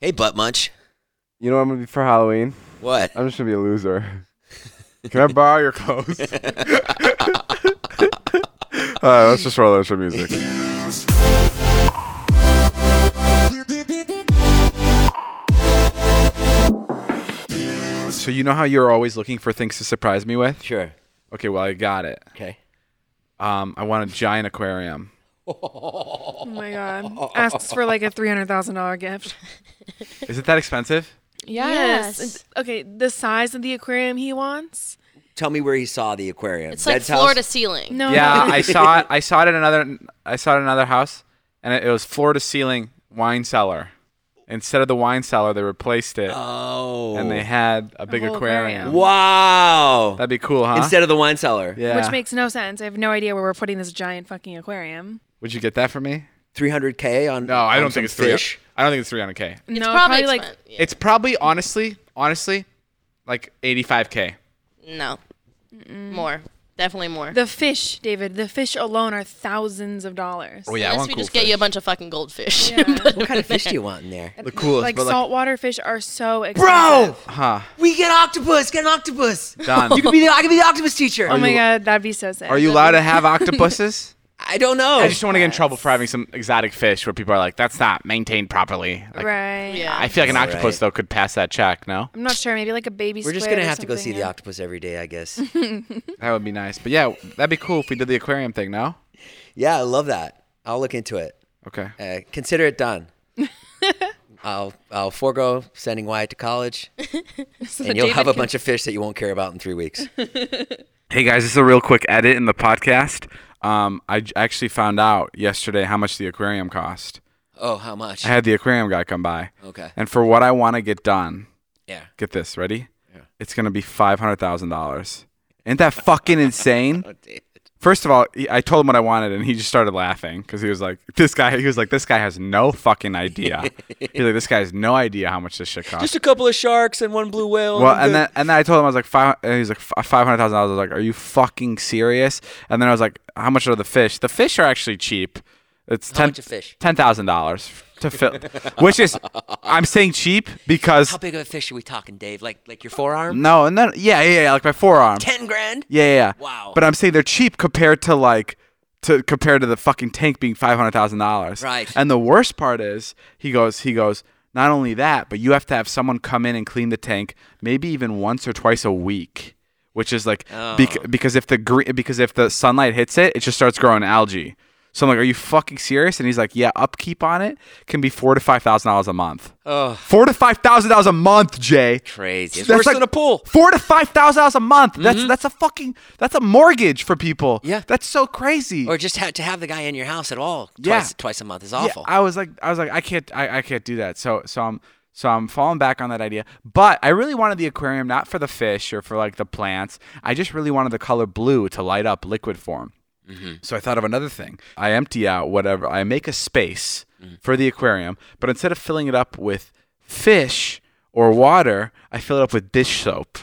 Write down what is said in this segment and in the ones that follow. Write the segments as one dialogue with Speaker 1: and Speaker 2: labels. Speaker 1: Hey, butt munch.
Speaker 2: You know what I'm gonna be for Halloween?
Speaker 1: What?
Speaker 2: I'm just gonna be a loser. Can I borrow your clothes? All right, let's just roll intro music. So you know how you're always looking for things to surprise me with?
Speaker 1: Sure.
Speaker 2: Okay, well I got it.
Speaker 1: Okay.
Speaker 2: Um, I want a giant aquarium.
Speaker 3: Oh my god. Asks for like a three hundred thousand dollar gift.
Speaker 2: Is it that expensive?
Speaker 3: Yes.
Speaker 4: Yes.
Speaker 3: And- Okay, the size of the aquarium he wants.
Speaker 1: Tell me where he saw the aquarium.
Speaker 4: It's like
Speaker 1: Ned's
Speaker 4: floor to
Speaker 1: house?
Speaker 4: ceiling.
Speaker 3: No.
Speaker 2: Yeah,
Speaker 3: no.
Speaker 2: I saw it. I saw it in another. I saw it in another house, and it, it was floor to ceiling wine cellar. Instead of the wine cellar, they replaced it,
Speaker 1: Oh.
Speaker 2: and they had a big
Speaker 4: Oh,
Speaker 3: whole
Speaker 2: aquarium.
Speaker 3: aquarium.
Speaker 1: Wow.
Speaker 2: That'd be cool, huh?
Speaker 1: Instead of the wine cellar.
Speaker 2: Uh-huh. yeah.
Speaker 3: Which makes no sense. I have no idea where we're putting this giant fucking aquarium.
Speaker 2: Would you get that for me?
Speaker 1: 300K on.
Speaker 2: No, I
Speaker 1: on
Speaker 2: don't
Speaker 1: some
Speaker 2: think it's
Speaker 1: fish.
Speaker 2: three. I don't think it's three hundred k.
Speaker 4: It's
Speaker 3: no,
Speaker 4: probably,
Speaker 3: like
Speaker 4: expen- yeah.
Speaker 2: It's probably honestly, honestly, like eighty five k.
Speaker 4: no. More. Definitely more.
Speaker 3: the fish, David. The fish alone are thousands of dollars.
Speaker 2: Oh yeah, I
Speaker 4: Unless
Speaker 2: want
Speaker 4: we
Speaker 2: cool
Speaker 4: just get you a bunch of fucking goldfish. But-
Speaker 1: What kind of fish do you want in there?
Speaker 2: the coolest.
Speaker 3: Like
Speaker 2: but like,
Speaker 3: saltwater fish are so
Speaker 1: Bro,
Speaker 3: expensive.
Speaker 2: huh?
Speaker 1: we get octopus. Get an octopus.
Speaker 2: Done.
Speaker 1: You could be the, I could be the octopus teacher.
Speaker 3: Oh my
Speaker 2: you-
Speaker 3: god, that'd be so sick.
Speaker 2: Are you allowed to have octopuses?
Speaker 1: I don't know.
Speaker 2: I just don't want to get in trouble for having some exotic fish where people are like, "That's not maintained properly." Like,
Speaker 3: Right.
Speaker 4: yeah.
Speaker 2: I feel like an
Speaker 1: All
Speaker 2: octopus
Speaker 1: right.
Speaker 2: though could pass that check. No,
Speaker 3: I'm not sure. Maybe like a baby.
Speaker 1: We're just
Speaker 3: squid
Speaker 1: gonna
Speaker 3: or
Speaker 1: have to go see
Speaker 3: something,
Speaker 1: the
Speaker 3: yeah.
Speaker 1: octopus every day, I guess.
Speaker 2: that would be nice. But yeah, that'd be cool if we did the aquarium thing. No,
Speaker 1: yeah, I love that. I'll look into it.
Speaker 2: okay.
Speaker 1: Uh, consider it done. I'll I'll forego sending Wyatt to college, and you'll have a bunch of fish that you won't care about in three weeks.
Speaker 2: Hey guys, this is a real quick edit in the podcast. Um, I j- actually found out yesterday how much the aquarium cost.
Speaker 1: Oh, how much?
Speaker 2: I had the aquarium guy come by,
Speaker 1: Okay.
Speaker 2: and for what I want to get done,
Speaker 1: Yeah.
Speaker 2: get this ready. It's gonna be five hundred thousand dollars. Ain't that fucking insane?
Speaker 1: David.
Speaker 2: First of all, he- I told him what I wanted, and he just started laughing because he was like, "This guy." He was like, "This guy has no fucking idea." He's like, "This guy has no idea how much this shit costs."
Speaker 1: Just a couple of sharks and one blue whale.
Speaker 2: Well, and then and then I told him I was like five. And he's like five hundred thousand dollars. I was like, "Are you fucking serious?" And then I was like, "How much are the fish?" The fish are actually cheap. It's ten
Speaker 1: much a fish?
Speaker 2: ten thousand dollars to fill, which is I'm saying cheap because
Speaker 1: how big of a fish are we talking, Dave? Like like your forearm?
Speaker 2: no, and then yeah, yeah, yeah, like my forearm.
Speaker 1: Ten grand?
Speaker 2: Yeah, yeah, yeah.
Speaker 1: Wow.
Speaker 2: But I'm saying they're cheap compared to like to compared to the fucking tank being five hundred thousand dollars.
Speaker 1: Right.
Speaker 2: And the worst part is he goes he goes. Not only that, but you have to have someone come in and clean the tank, maybe even once or twice a week, which is like
Speaker 1: Oh.
Speaker 2: bec- because if the gre- because if the sunlight hits it, it just starts growing algae. So I'm like, "Are you fucking serious?" And he's like, "Yeah, upkeep on it can be four to five thousand dollars a month.
Speaker 1: Ugh.
Speaker 2: Four to five thousand dollars a month, Jay.
Speaker 1: Crazy. It's
Speaker 2: That's
Speaker 1: worse
Speaker 2: like
Speaker 1: than a pool.
Speaker 2: Four to five thousand dollars a month. That's that's a fucking that's a mortgage for people.
Speaker 1: Mm-hmm. Yeah. Oh,
Speaker 2: that's so crazy.
Speaker 1: Or just ha- to have the guy in your house at all
Speaker 2: Yeah.
Speaker 1: twice twice a month is
Speaker 2: Yeah,
Speaker 1: awful.
Speaker 2: I was like, I was like, I can't, I, I can't do that. So so I'm so I'm falling back on that idea. But I really wanted the aquarium not for the fish or for like the plants. I just really wanted the color blue to light up liquid form.
Speaker 1: Mm-hmm.
Speaker 2: So I thought of another thing. I empty out whatever. I make a space
Speaker 1: Mm-hmm.
Speaker 2: for the aquarium, but instead of filling it up with fish or water, I fill it up with dish soap,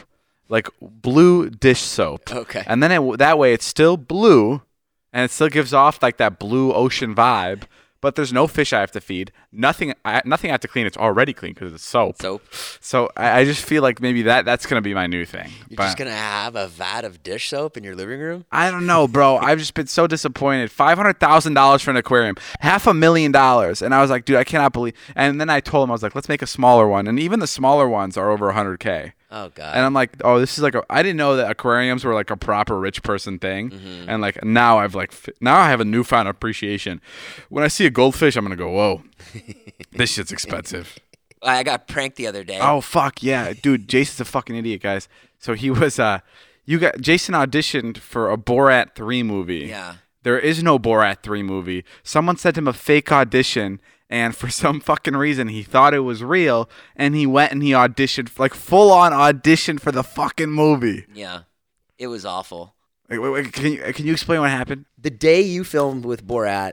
Speaker 2: like blue dish soap.
Speaker 1: Okay.
Speaker 2: And then it, that way it's still blue, and it still gives off like that blue ocean vibe. But there's no fish I have to feed. Nothing. I, nothing I have to clean. It's already clean because it's soap.
Speaker 1: so
Speaker 2: So I, I just feel like maybe that that's gonna be my new thing.
Speaker 1: you're
Speaker 2: But-
Speaker 1: just gonna have a vat of dish soap in your living room?
Speaker 2: I don't know, bro. I've just been so disappointed. Five hundred thousand dollars for an aquarium, half a million dollars, and I was like, dude, I cannot believe. And then I told him I was like, let's make a smaller one, and even the smaller ones are over hundred k.
Speaker 1: Oh god.
Speaker 2: And I'm like, oh, this is like a. I didn't know that aquariums were like a proper rich person thing. And like now I've like f- now I have a newfound appreciation. When I see a goldfish, I'm gonna go, whoa, this shit's expensive.
Speaker 1: I got pranked the other day.
Speaker 2: Oh fuck yeah, dude! Jason's a fucking idiot, guys. So he was uh, you got Jason auditioned for a Borat three movie.
Speaker 1: Yeah.
Speaker 2: There is no Borat three movie. Someone sent him a fake audition, and for some fucking reason he thought it was real and he went and he auditioned like full on audition for the fucking movie.
Speaker 1: Yeah. It was awful.
Speaker 2: Like, wait, wait, can you can you explain what happened?
Speaker 1: The day you filmed with Borat,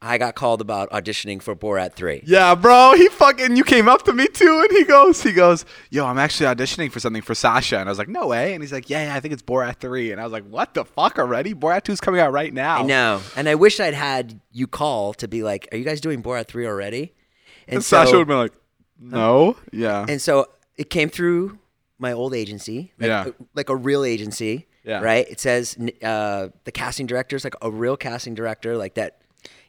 Speaker 1: I got called about auditioning for Borat 3.
Speaker 2: Yeah, bro, he fucking you came up to me too, and he goes, he goes, yo, I'm actually auditioning for something for Sasha, and I was like, no way, and he's like, yeah, yeah, I think it's Borat three, and I was like, what the fuck already? Borat two's coming out right now.
Speaker 1: I know. And I wish I'd had you call to be like, are you guys doing Borat 3 already?
Speaker 2: And, Sasha would have been like, no, yeah,
Speaker 1: And so it came through my old agency, like, uh,
Speaker 2: Yeah.
Speaker 1: like a real agency,
Speaker 2: Yeah.
Speaker 1: right? It says n- uh, the casting director is like a real casting director, like that.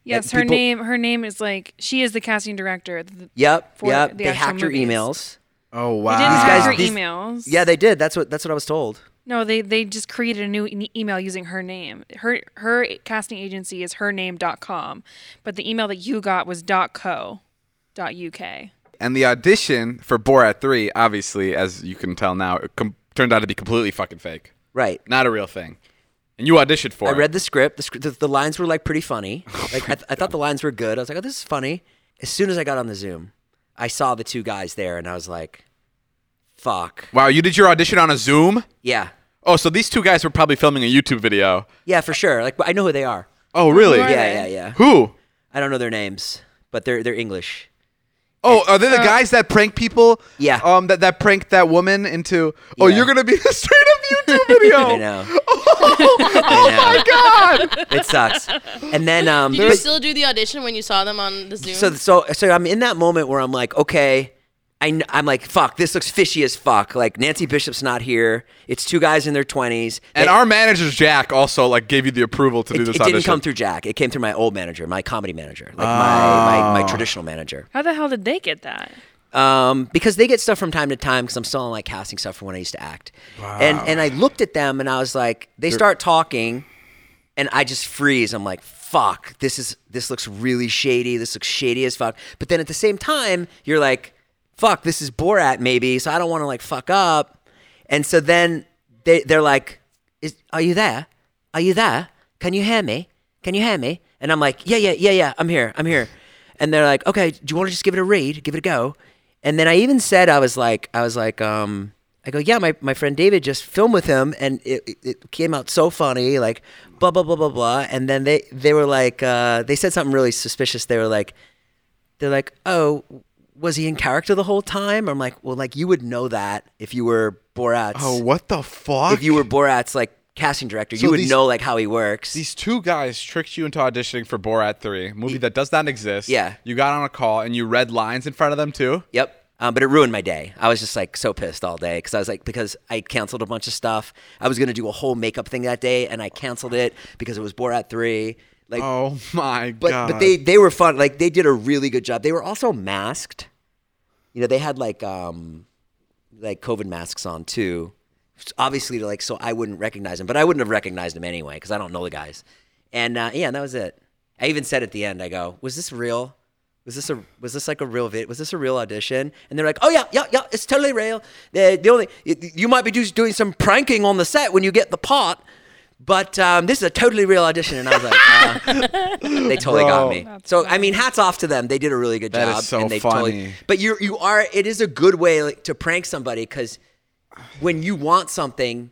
Speaker 3: Yes,
Speaker 1: that
Speaker 3: her
Speaker 1: people-
Speaker 3: name. Her name is like she is the casting director. The-
Speaker 1: Yep,
Speaker 3: For
Speaker 1: yep.
Speaker 3: the
Speaker 1: They
Speaker 3: actual
Speaker 1: hacked your
Speaker 3: movies.
Speaker 1: emails.
Speaker 2: oh
Speaker 3: They
Speaker 2: wow,
Speaker 3: didn't
Speaker 1: guys-
Speaker 3: hack her
Speaker 1: these-
Speaker 3: emails.
Speaker 1: Yeah, they did. That's what that's what I was told.
Speaker 3: No, they they just created a new e- email using her name. Her her casting agency is hername.com, but the email that you got was .co. .uk.
Speaker 2: and the audition for Borat three, obviously, as you can tell now, it com- turned out to be completely fucking fake,
Speaker 1: Right.
Speaker 2: not a real thing, and you auditioned for
Speaker 1: I
Speaker 2: it.
Speaker 1: read the script. The, script, the, the lines were like pretty funny.
Speaker 2: Oh
Speaker 1: Like I, th- I thought the lines were good. I was like, oh, this is funny. As soon as I got on the Zoom, I saw the two guys there, and I was like, fuck.
Speaker 2: wow, you did your audition on a Zoom.
Speaker 1: Yeah,
Speaker 2: Oh, so these two guys were probably filming a YouTube video.
Speaker 1: yeah, for sure. Like I know who they are.
Speaker 2: Oh, really?
Speaker 3: are
Speaker 1: Yeah,
Speaker 3: they?
Speaker 1: yeah, yeah.
Speaker 2: Who?
Speaker 1: I don't know their names, but they're they're English.
Speaker 2: Oh, are they the guys that prank people?
Speaker 1: Yeah.
Speaker 2: Um, that, that pranked that woman into. Oh,
Speaker 1: Yeah.
Speaker 2: you're gonna be the straight up YouTube video.
Speaker 1: I know.
Speaker 2: Oh my god.
Speaker 1: It sucks. And then um,
Speaker 4: Did you
Speaker 1: but-
Speaker 4: still do the audition when you saw them on the Zoom?
Speaker 1: so so so I'm in that moment where I'm like, okay, I kn- I'm like, fuck, this looks fishy as fuck. Like Nancy Bishop's not here. It's two guys in their twenties.
Speaker 2: And our manager Jack also like gave you the approval to
Speaker 1: it,
Speaker 2: do this
Speaker 1: it
Speaker 2: audition.
Speaker 1: didn't come through Jack. It came through my old manager, my comedy manager, like my,
Speaker 2: Ah.
Speaker 1: my my traditional manager.
Speaker 3: How the hell did they get that?
Speaker 1: Um, because they get stuff from time to time. Because I'm still on like casting stuff from when I used to act. And and I looked at them and I was like, they start talking, and I just freeze. I'm like, fuck, this is this looks really shady. This looks shady as fuck. But then at the same time, you're like, fuck, this is Borat maybe. So I don't want to like fuck up. And so then they they're like, is, are you there? Are you there? Can you hear me? Can you hear me? And I'm like, yeah, yeah, yeah, yeah. I'm here. I'm here. And they're like, okay, do you want to just give it a read? Give it a go. And then I even said, I was like, I was like, um, I go, yeah, my, my friend David just filmed with him and it, it- it came out so funny, like blah, blah, blah, blah, blah. And then they, they were like, uh, they said something really suspicious. They were like, they're like, oh, was he in character the whole time? I'm like, well, like you would know that if you were Borat's
Speaker 2: Oh, what the fuck?
Speaker 1: if you were Borat's like casting director,
Speaker 2: So
Speaker 1: you would
Speaker 2: these-
Speaker 1: know like how he works.
Speaker 2: These two guys tricked you into auditioning for Borat 3, a movie that does not exist.
Speaker 1: Yeah.
Speaker 2: You got on a call and you read lines in front of them too.
Speaker 1: yep. Um, but it ruined my day. I was just like so pissed all day because I was like because I canceled a bunch of stuff. I was gonna do a whole makeup thing that day and I canceled it because it was Borat three. Like,
Speaker 2: Oh my
Speaker 1: but
Speaker 2: god.
Speaker 1: but they they were fun. Like they did a really good job. They were also masked. You know they had like um like COVID masks on too. Obviously, to like so I wouldn't recognize him, but I wouldn't have recognized him anyway because I don't know the guys. And uh, yeah, that was it. I even said at the end, I go, "Was this real? Was this a was this like a real vid? Was this a real audition?" And they're like, "Oh yeah, yeah, yeah, it's totally real. The, the only y- you might be do, doing some pranking on the set when you get the part, but um, this is a totally real audition." And I was like, uh, "They totally got
Speaker 2: Bro.
Speaker 1: me." So I mean, hats off to them. They did a really good
Speaker 2: That is
Speaker 1: job.
Speaker 2: so
Speaker 1: and they Totally,
Speaker 2: funny.
Speaker 1: but you you are it is a good way like, to prank somebody because when you want something,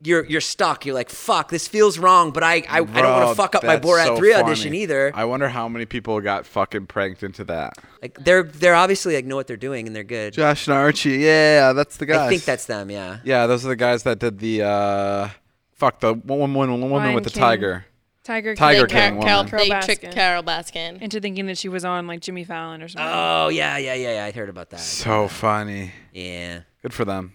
Speaker 1: you're you're stuck. You're like, fuck, this feels wrong, but I I, I don't want
Speaker 2: Bro,
Speaker 1: to fuck up my
Speaker 2: that's
Speaker 1: Borat
Speaker 2: so
Speaker 1: three
Speaker 2: funny.
Speaker 1: audition either.
Speaker 2: I wonder how many people got fucking pranked into that.
Speaker 1: like they're they're obviously like know what they're doing and they're good.
Speaker 2: Josh and Archie, yeah, that's the guys.
Speaker 1: I think that's them. Yeah.
Speaker 2: Yeah, those are the guys that did the uh, fuck the one woman, one woman
Speaker 3: Lion
Speaker 2: with the
Speaker 3: King.
Speaker 2: tiger.
Speaker 3: Tiger,
Speaker 2: Tiger
Speaker 3: King
Speaker 4: Car-
Speaker 2: King
Speaker 4: Carol-
Speaker 2: woman.
Speaker 3: Carol
Speaker 4: they tricked
Speaker 3: Baskin.
Speaker 4: Carol Baskin.
Speaker 3: into thinking that she was on like Jimmy Fallon or something.
Speaker 1: Oh yeah yeah yeah yeah. I heard about that.
Speaker 2: So funny.
Speaker 1: yeah.
Speaker 2: Good for them.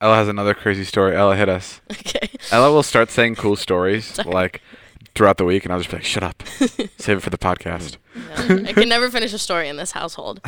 Speaker 2: Ella has another crazy story. Ella hit us.
Speaker 4: Okay.
Speaker 2: Ella will start saying cool stories like throughout the week, and I'll just be like, "Shut up, save it for the podcast."
Speaker 4: I can never finish a story in this household.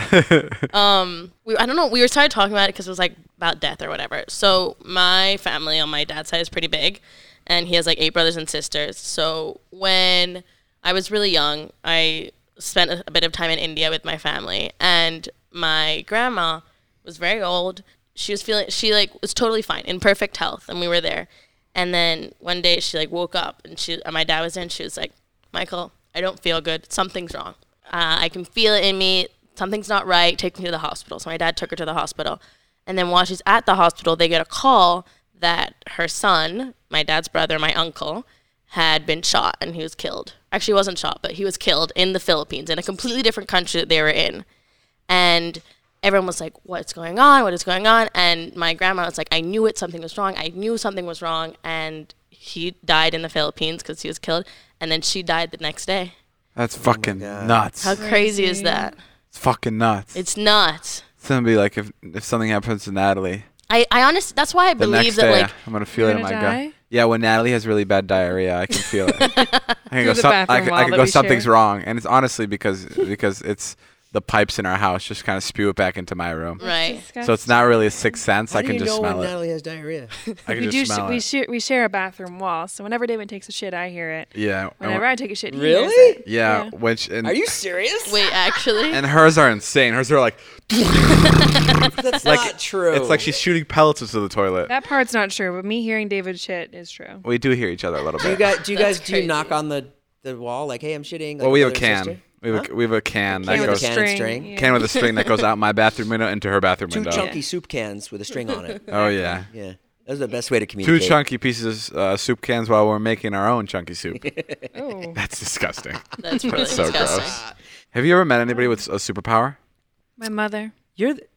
Speaker 4: um, we, I don't know. We were started talking about it because it was like about death or whatever. So my family on my dad's side is pretty big, and he has like eight brothers and sisters. So when I was really young, I spent a, a bit of time in India with my family, and my grandma was very old. She was feeling she like was totally fine in perfect health, and we were there. And then one day she like woke up and she and my dad was there and she was like, Michael, I don't feel good. Something's wrong. Uh, I can feel it in me. Something's not right. Take me to the hospital. So my dad took her to the hospital. And then while she's at the hospital, they get a call that her son, my dad's brother, my uncle, had been shot and he was killed. Actually, he wasn't shot, but he was killed in the Philippines in a completely different country that they were in and everyone was like what's going on what is going on and my grandma was like i knew it something was wrong i knew something was wrong and he died in the philippines because he was killed and then she died the next day
Speaker 2: That's fucking nuts.
Speaker 4: how crazy is that
Speaker 2: it's fucking nuts.
Speaker 4: it's nuts
Speaker 2: It's gonna be like if if something happens to Natalie
Speaker 4: i i honestly that's why i
Speaker 2: the
Speaker 4: believe
Speaker 2: next
Speaker 4: that
Speaker 2: day,
Speaker 4: like
Speaker 2: I'm gonna feel it in
Speaker 3: gonna
Speaker 2: my
Speaker 3: die?
Speaker 2: gut. Yeah, when Natalie has really bad diarrhea, I can feel it. I can go,
Speaker 3: the
Speaker 2: some, I
Speaker 3: bathroom
Speaker 2: can,
Speaker 3: wall
Speaker 2: I can
Speaker 3: that
Speaker 2: go
Speaker 3: we
Speaker 2: something's
Speaker 3: share.
Speaker 2: wrong, and it's honestly because because it's the pipes in our house just kind of spew it back into my room.
Speaker 4: right
Speaker 2: So it's not really a sixth sense. I
Speaker 1: do
Speaker 2: can
Speaker 1: you
Speaker 2: just
Speaker 1: know when
Speaker 2: smell it.
Speaker 1: Natalie has diarrhea?
Speaker 2: I can
Speaker 3: we do.
Speaker 2: just
Speaker 3: Sh-
Speaker 2: smell
Speaker 3: we,
Speaker 2: it.
Speaker 3: share, we share a bathroom wall, so whenever David takes a shit, I hear it.
Speaker 2: Yeah. and
Speaker 3: Whenever
Speaker 2: wh-
Speaker 3: I take a shit, he hears
Speaker 1: really?
Speaker 3: it.
Speaker 2: yeah. Which and
Speaker 1: Are you serious?
Speaker 4: wait actually
Speaker 2: and hers are insane. Hers are like
Speaker 1: That's not true.
Speaker 2: it's like she's shooting pellets into the toilet.
Speaker 3: That part's not true, but me hearing David shit is true.
Speaker 2: We do hear each other a little
Speaker 1: Do you
Speaker 2: bit.
Speaker 1: guys do you guys do you
Speaker 4: crazy.
Speaker 1: knock on the the wall like, hey, I'm shitting? Like
Speaker 2: Well, we have a
Speaker 1: brother
Speaker 2: can.
Speaker 1: and sister?
Speaker 2: We have a, we have a can that
Speaker 1: Can with a
Speaker 2: goes
Speaker 1: can and string.
Speaker 3: yeah.
Speaker 2: can with a string that goes out my bathroom window into her bathroom
Speaker 1: Two
Speaker 2: window.
Speaker 1: chunky soup cans with a string on it.
Speaker 2: Oh yeah.
Speaker 1: Yeah, that's the best way to
Speaker 2: Two
Speaker 1: communicate.
Speaker 2: chunky pieces of uh, soup cans while we're making our own chunky soup.
Speaker 3: Oh,
Speaker 2: That's disgusting.
Speaker 4: that's really
Speaker 2: so
Speaker 4: disgusting
Speaker 2: gross. Have you ever met anybody with a superpower?
Speaker 3: my mother.
Speaker 1: You're th-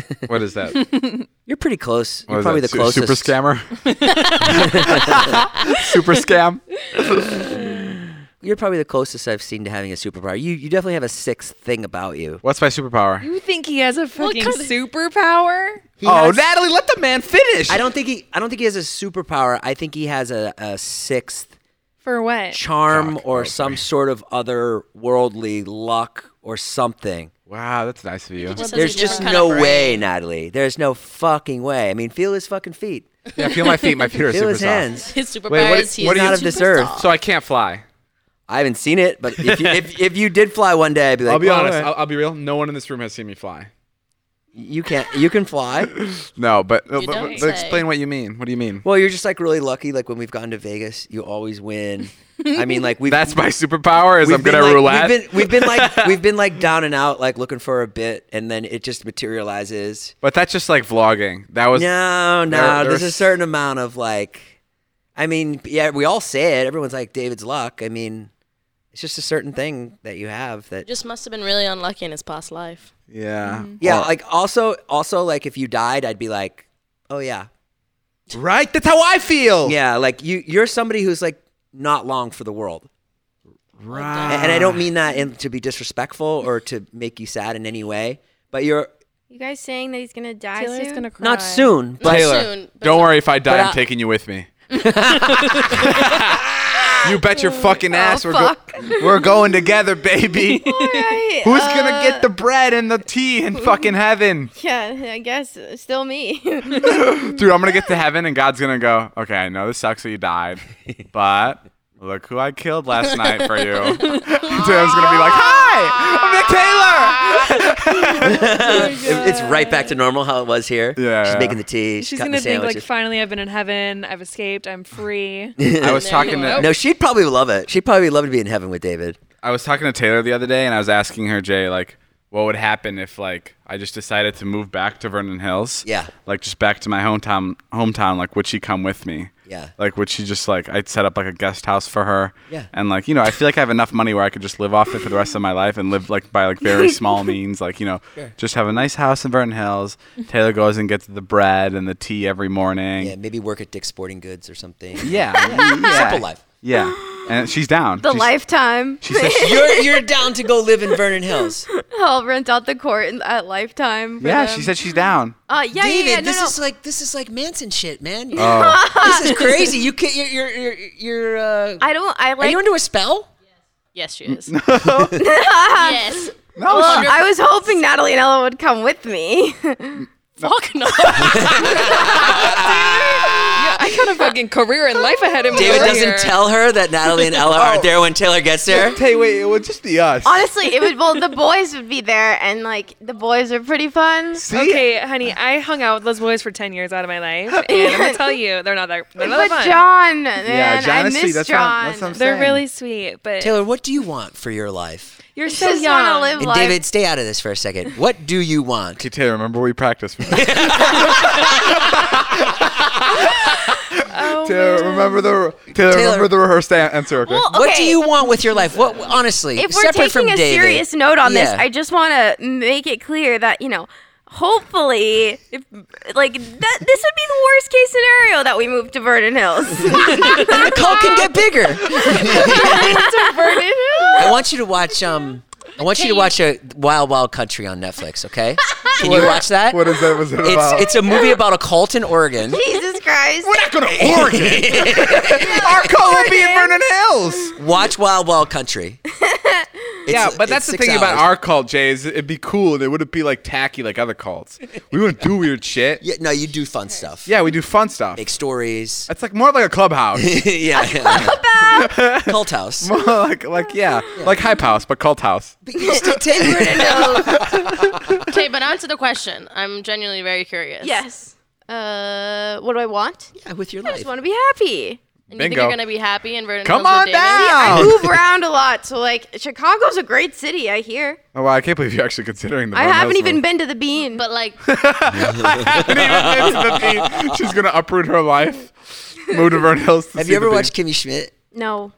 Speaker 2: What is that?
Speaker 1: you're pretty close.
Speaker 2: What
Speaker 1: You're
Speaker 2: is
Speaker 1: probably
Speaker 2: that?
Speaker 1: the
Speaker 2: Su-
Speaker 1: closest.
Speaker 2: Super scammer. super scam.
Speaker 1: You're probably the closest I've seen to having a superpower. You you definitely have a sixth thing about you.
Speaker 2: What's my superpower?
Speaker 3: You think he has a fucking superpower?
Speaker 2: oh, Natalie, let the man finish.
Speaker 1: I don't think he I don't think he has a superpower. I think he has a, a sixth
Speaker 3: For what?
Speaker 1: charm or some sort of other worldly luck or something.
Speaker 2: Wow, that's nice of you.
Speaker 4: Just
Speaker 1: There's
Speaker 4: doesn't
Speaker 1: just
Speaker 4: kinda
Speaker 1: no
Speaker 4: bright.
Speaker 1: way, Natalie. There's no fucking way. I mean, feel his fucking feet.
Speaker 2: Yeah, feel my feet. My feet are
Speaker 1: Feel
Speaker 2: super
Speaker 1: his
Speaker 2: soft.
Speaker 1: hands.
Speaker 4: his superpower
Speaker 2: what-
Speaker 4: is he's
Speaker 2: what do you-
Speaker 4: not
Speaker 1: Not
Speaker 4: a
Speaker 1: of this
Speaker 4: superstar.
Speaker 1: earth.
Speaker 2: So I can't fly.
Speaker 1: I haven't seen it, but if you, if, if you did fly one day, I'd be like,
Speaker 2: I'll be
Speaker 1: "Well,
Speaker 2: honest.
Speaker 1: all right."
Speaker 2: I'll, I'll be real. No one in this room has seen me fly.
Speaker 1: you can't. You can fly.
Speaker 2: No, but, but,
Speaker 4: don't
Speaker 2: but,
Speaker 4: say.
Speaker 2: explain what you mean. What do you mean?
Speaker 1: Well, you're just like really lucky. Like when we've gone to Vegas, you always win. I mean, like we've
Speaker 2: That's my superpower. Is
Speaker 1: we've
Speaker 2: I'm good
Speaker 1: been,
Speaker 2: at
Speaker 1: like,
Speaker 2: roulette.
Speaker 1: We've been, we've been like we've been like down and out, like looking for a bit, and then it just materializes.
Speaker 2: but that's just like vlogging. That was
Speaker 1: No, no,
Speaker 2: there-
Speaker 1: there's a
Speaker 2: there's-
Speaker 1: certain amount of like. I mean, yeah, we all say it. Everyone's like David's luck. I mean, it's just a certain thing that you have that.
Speaker 4: just must have been really unlucky in his past life
Speaker 2: yeah.
Speaker 1: yeah,
Speaker 2: Or-
Speaker 1: like also, also like if you died, I'd be like, oh yeah,
Speaker 2: right. That's how I feel.
Speaker 1: yeah. Like you, you're somebody who's like not long for the world.
Speaker 2: Right.
Speaker 1: and, and I don't mean that in, to be disrespectful or to make you sad in any way. But you're
Speaker 5: You guys saying that he's gonna die
Speaker 3: Taylor's
Speaker 5: soon?
Speaker 3: gonna cry.
Speaker 1: not soon. But
Speaker 4: Not
Speaker 2: Taylor,
Speaker 4: soon, but
Speaker 2: don't
Speaker 4: not-
Speaker 2: worry if I die,
Speaker 1: but
Speaker 2: I'm
Speaker 1: I-
Speaker 2: taking you with me. you bet your
Speaker 1: Oh,
Speaker 2: fucking ass we're,
Speaker 5: fuck.
Speaker 2: Go- we're going together, baby.
Speaker 5: Right,
Speaker 2: Who's
Speaker 5: uh,
Speaker 2: gonna get the bread and the tea in fucking heaven?
Speaker 5: Yeah, I guess uh, still me.
Speaker 2: Dude, I'm gonna get to heaven and God's gonna go, okay, I know this sucks that you died, but look who I killed last night for you. Taylor's gonna be like, hi, I'm Nick Taylor.
Speaker 1: it- it's right back to normal how it was here.
Speaker 2: Yeah,
Speaker 1: she's
Speaker 2: yeah.
Speaker 1: making the tea. She's,
Speaker 3: She's
Speaker 1: cutting
Speaker 3: gonna
Speaker 1: the
Speaker 3: think like,
Speaker 1: sandwiches.
Speaker 3: finally, I've been in heaven. I've escaped. I'm free.
Speaker 2: I was talking to
Speaker 1: no, she'd probably love it. She'd probably love to be in heaven with David.
Speaker 2: I was talking to Taylor the other day, and I was asking her, Jay, like, what would happen if like I just decided to move back to Vernon Hills?
Speaker 1: Yeah.
Speaker 2: like just back to my hometown. Hometown, like, would she come with me?
Speaker 1: Yeah.
Speaker 2: like would she just like I'd set up like a guest house for her?
Speaker 1: Yeah.
Speaker 2: and like you know, I feel like I have enough money where I could just live off it for the rest of my life and live like by like very small means, like you know, just have a nice house in Vernon Hills. Taylor goes and gets the bread and the tea every morning.
Speaker 1: Yeah, maybe work at Dick's Sporting Goods or something.
Speaker 2: Yeah, yeah.
Speaker 1: Simple life.
Speaker 2: Yeah. and she's down.
Speaker 5: The
Speaker 2: She's-
Speaker 5: lifetime.
Speaker 2: She says she-
Speaker 1: You're you're down to go live in Vernon Hills,
Speaker 5: I'll rent out the court in- at lifetime. for
Speaker 2: yeah,
Speaker 5: them.
Speaker 2: she said she's down.
Speaker 5: Uh, yeah,
Speaker 1: David.
Speaker 5: yeah, yeah. No,
Speaker 1: this
Speaker 5: no.
Speaker 1: is like this is like Manson shit, man. this is crazy. You can't. You're you're you're. you're uh,
Speaker 5: I don't. I
Speaker 1: are
Speaker 5: like.
Speaker 1: you under a spell?
Speaker 4: Yes, she is. yes.
Speaker 2: No,
Speaker 5: Well, I was hoping Natalie and Ella would come with me.
Speaker 4: Fuck no.
Speaker 3: I got a fucking career and life ahead of me.
Speaker 1: David
Speaker 3: here.
Speaker 1: doesn't tell her that Natalie and Ella aren't there when Taylor gets there.
Speaker 2: hey, wait, it would just uh, be us.
Speaker 5: Honestly, it would. Well, the boys would be there, and like the boys are pretty fun.
Speaker 2: See?
Speaker 3: Okay, honey, I hung out with those boys for ten years out of my life, and I'm gonna tell you, they're not that. They're not
Speaker 5: But
Speaker 3: fun.
Speaker 5: John, man,
Speaker 2: John
Speaker 5: I
Speaker 2: is sweet.
Speaker 5: miss
Speaker 2: That's what I'm-
Speaker 5: John.
Speaker 2: that's what I'm
Speaker 3: they're
Speaker 2: saying.
Speaker 3: really sweet, but
Speaker 1: Taylor, what do you want for your life?
Speaker 3: you're so
Speaker 5: just
Speaker 3: young.
Speaker 5: want to live
Speaker 1: And
Speaker 5: life.
Speaker 1: David, stay out of this for a second. What do you want?
Speaker 2: Okay, Taylor, remember we practiced.
Speaker 3: Oh,
Speaker 2: Taylor, remember the Taylor, remember the rehearsed a- answer. Okay.
Speaker 5: Well,
Speaker 1: What do
Speaker 5: okay,
Speaker 1: you want with your life? What honestly?
Speaker 5: If we're
Speaker 1: separate from
Speaker 5: taking a
Speaker 1: David,
Speaker 5: serious note on this,
Speaker 1: Yeah.
Speaker 5: I just want to make it clear that you know. Hopefully, if, like that, this would be the worst case scenario that we move to Vernon Hills.
Speaker 1: and the cult can get bigger.
Speaker 5: to Vernon Hills.
Speaker 1: I want you to watch um. I want you to watch a Wild Wild Country on Netflix. Okay? Can you watch that?
Speaker 2: what is that? Was it about?
Speaker 1: It's it's a movie about a cult in Oregon.
Speaker 5: Jesus Christ!
Speaker 2: not going to Oregon. Our call will be in Vernon Hills.
Speaker 1: Watch Wild Wild Country.
Speaker 2: yeah,
Speaker 1: It's-
Speaker 2: but that's the
Speaker 1: it's six
Speaker 2: thing about
Speaker 1: hours.
Speaker 2: our cult, Jay. Is it'd be cool and it wouldn't be like tacky like other cults. We wouldn't do weird shit.
Speaker 1: Yeah, no, you do fun stuff.
Speaker 2: Yeah, we do fun stuff.
Speaker 1: Make stories.
Speaker 2: It's like more like a clubhouse.
Speaker 1: yeah. yeah. Cult house.
Speaker 2: More like like yeah, like hype house but cult house.
Speaker 1: But you still take it.
Speaker 4: okay, but answer the question. I'm genuinely very curious.
Speaker 5: Yes. Uh, what do I want?
Speaker 1: Yeah, with your
Speaker 5: I
Speaker 1: life.
Speaker 5: just want to be happy.
Speaker 4: And you think
Speaker 2: Bingo.
Speaker 4: you're gonna be happy in Vernon
Speaker 2: Come
Speaker 4: Hills with
Speaker 2: on
Speaker 4: David?
Speaker 5: I
Speaker 2: down.
Speaker 5: move around a lot, so like Chicago's a great city. I hear.
Speaker 2: Oh wow, I can't believe you're actually considering the.
Speaker 5: I
Speaker 2: Vernon
Speaker 5: haven't
Speaker 2: Hills
Speaker 5: even
Speaker 2: move.
Speaker 5: been to the Bean.
Speaker 4: But like,
Speaker 2: I haven't even been to the- She's gonna uproot her life, move to Vernon Hills. To
Speaker 1: Have
Speaker 2: see
Speaker 1: you ever
Speaker 2: the
Speaker 1: watched Kimmy Schmidt?
Speaker 5: no.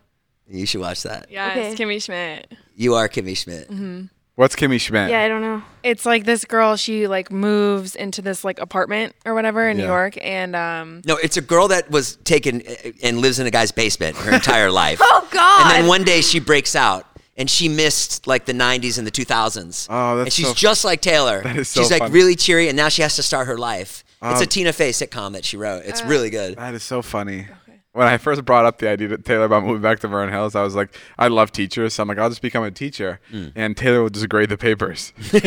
Speaker 1: You should watch that.
Speaker 3: yeah, it's
Speaker 5: Okay.
Speaker 3: Kimmy Schmidt.
Speaker 1: You are Kimmy Schmidt.
Speaker 2: Mm-hmm. What's Kimmy Schmidt?
Speaker 5: Yeah, I don't know.
Speaker 3: It's like this girl. She like moves into this like apartment or whatever in
Speaker 2: Yeah.
Speaker 3: New York, and um,
Speaker 1: No, it's a girl that was taken uh, and lives in a guy's basement her entire life.
Speaker 5: Oh God.
Speaker 1: And then one day she breaks out and she missed like the 90s and the 2000s.
Speaker 2: Oh, that's
Speaker 1: And she's
Speaker 2: so-
Speaker 1: just like Taylor.
Speaker 2: That is so
Speaker 1: she's like
Speaker 2: funny. Um,
Speaker 1: really cheery and now she has to start her life. it's a Tina Fey sitcom that she wrote.
Speaker 2: uh,
Speaker 1: It's really good.
Speaker 2: That is so funny. When I first brought up the idea to Taylor about moving back to Vernon Hills, I was like, I love teachers, so I'm like, I'll just become a teacher,
Speaker 1: Mm.
Speaker 2: and Taylor will just grade the papers. I'm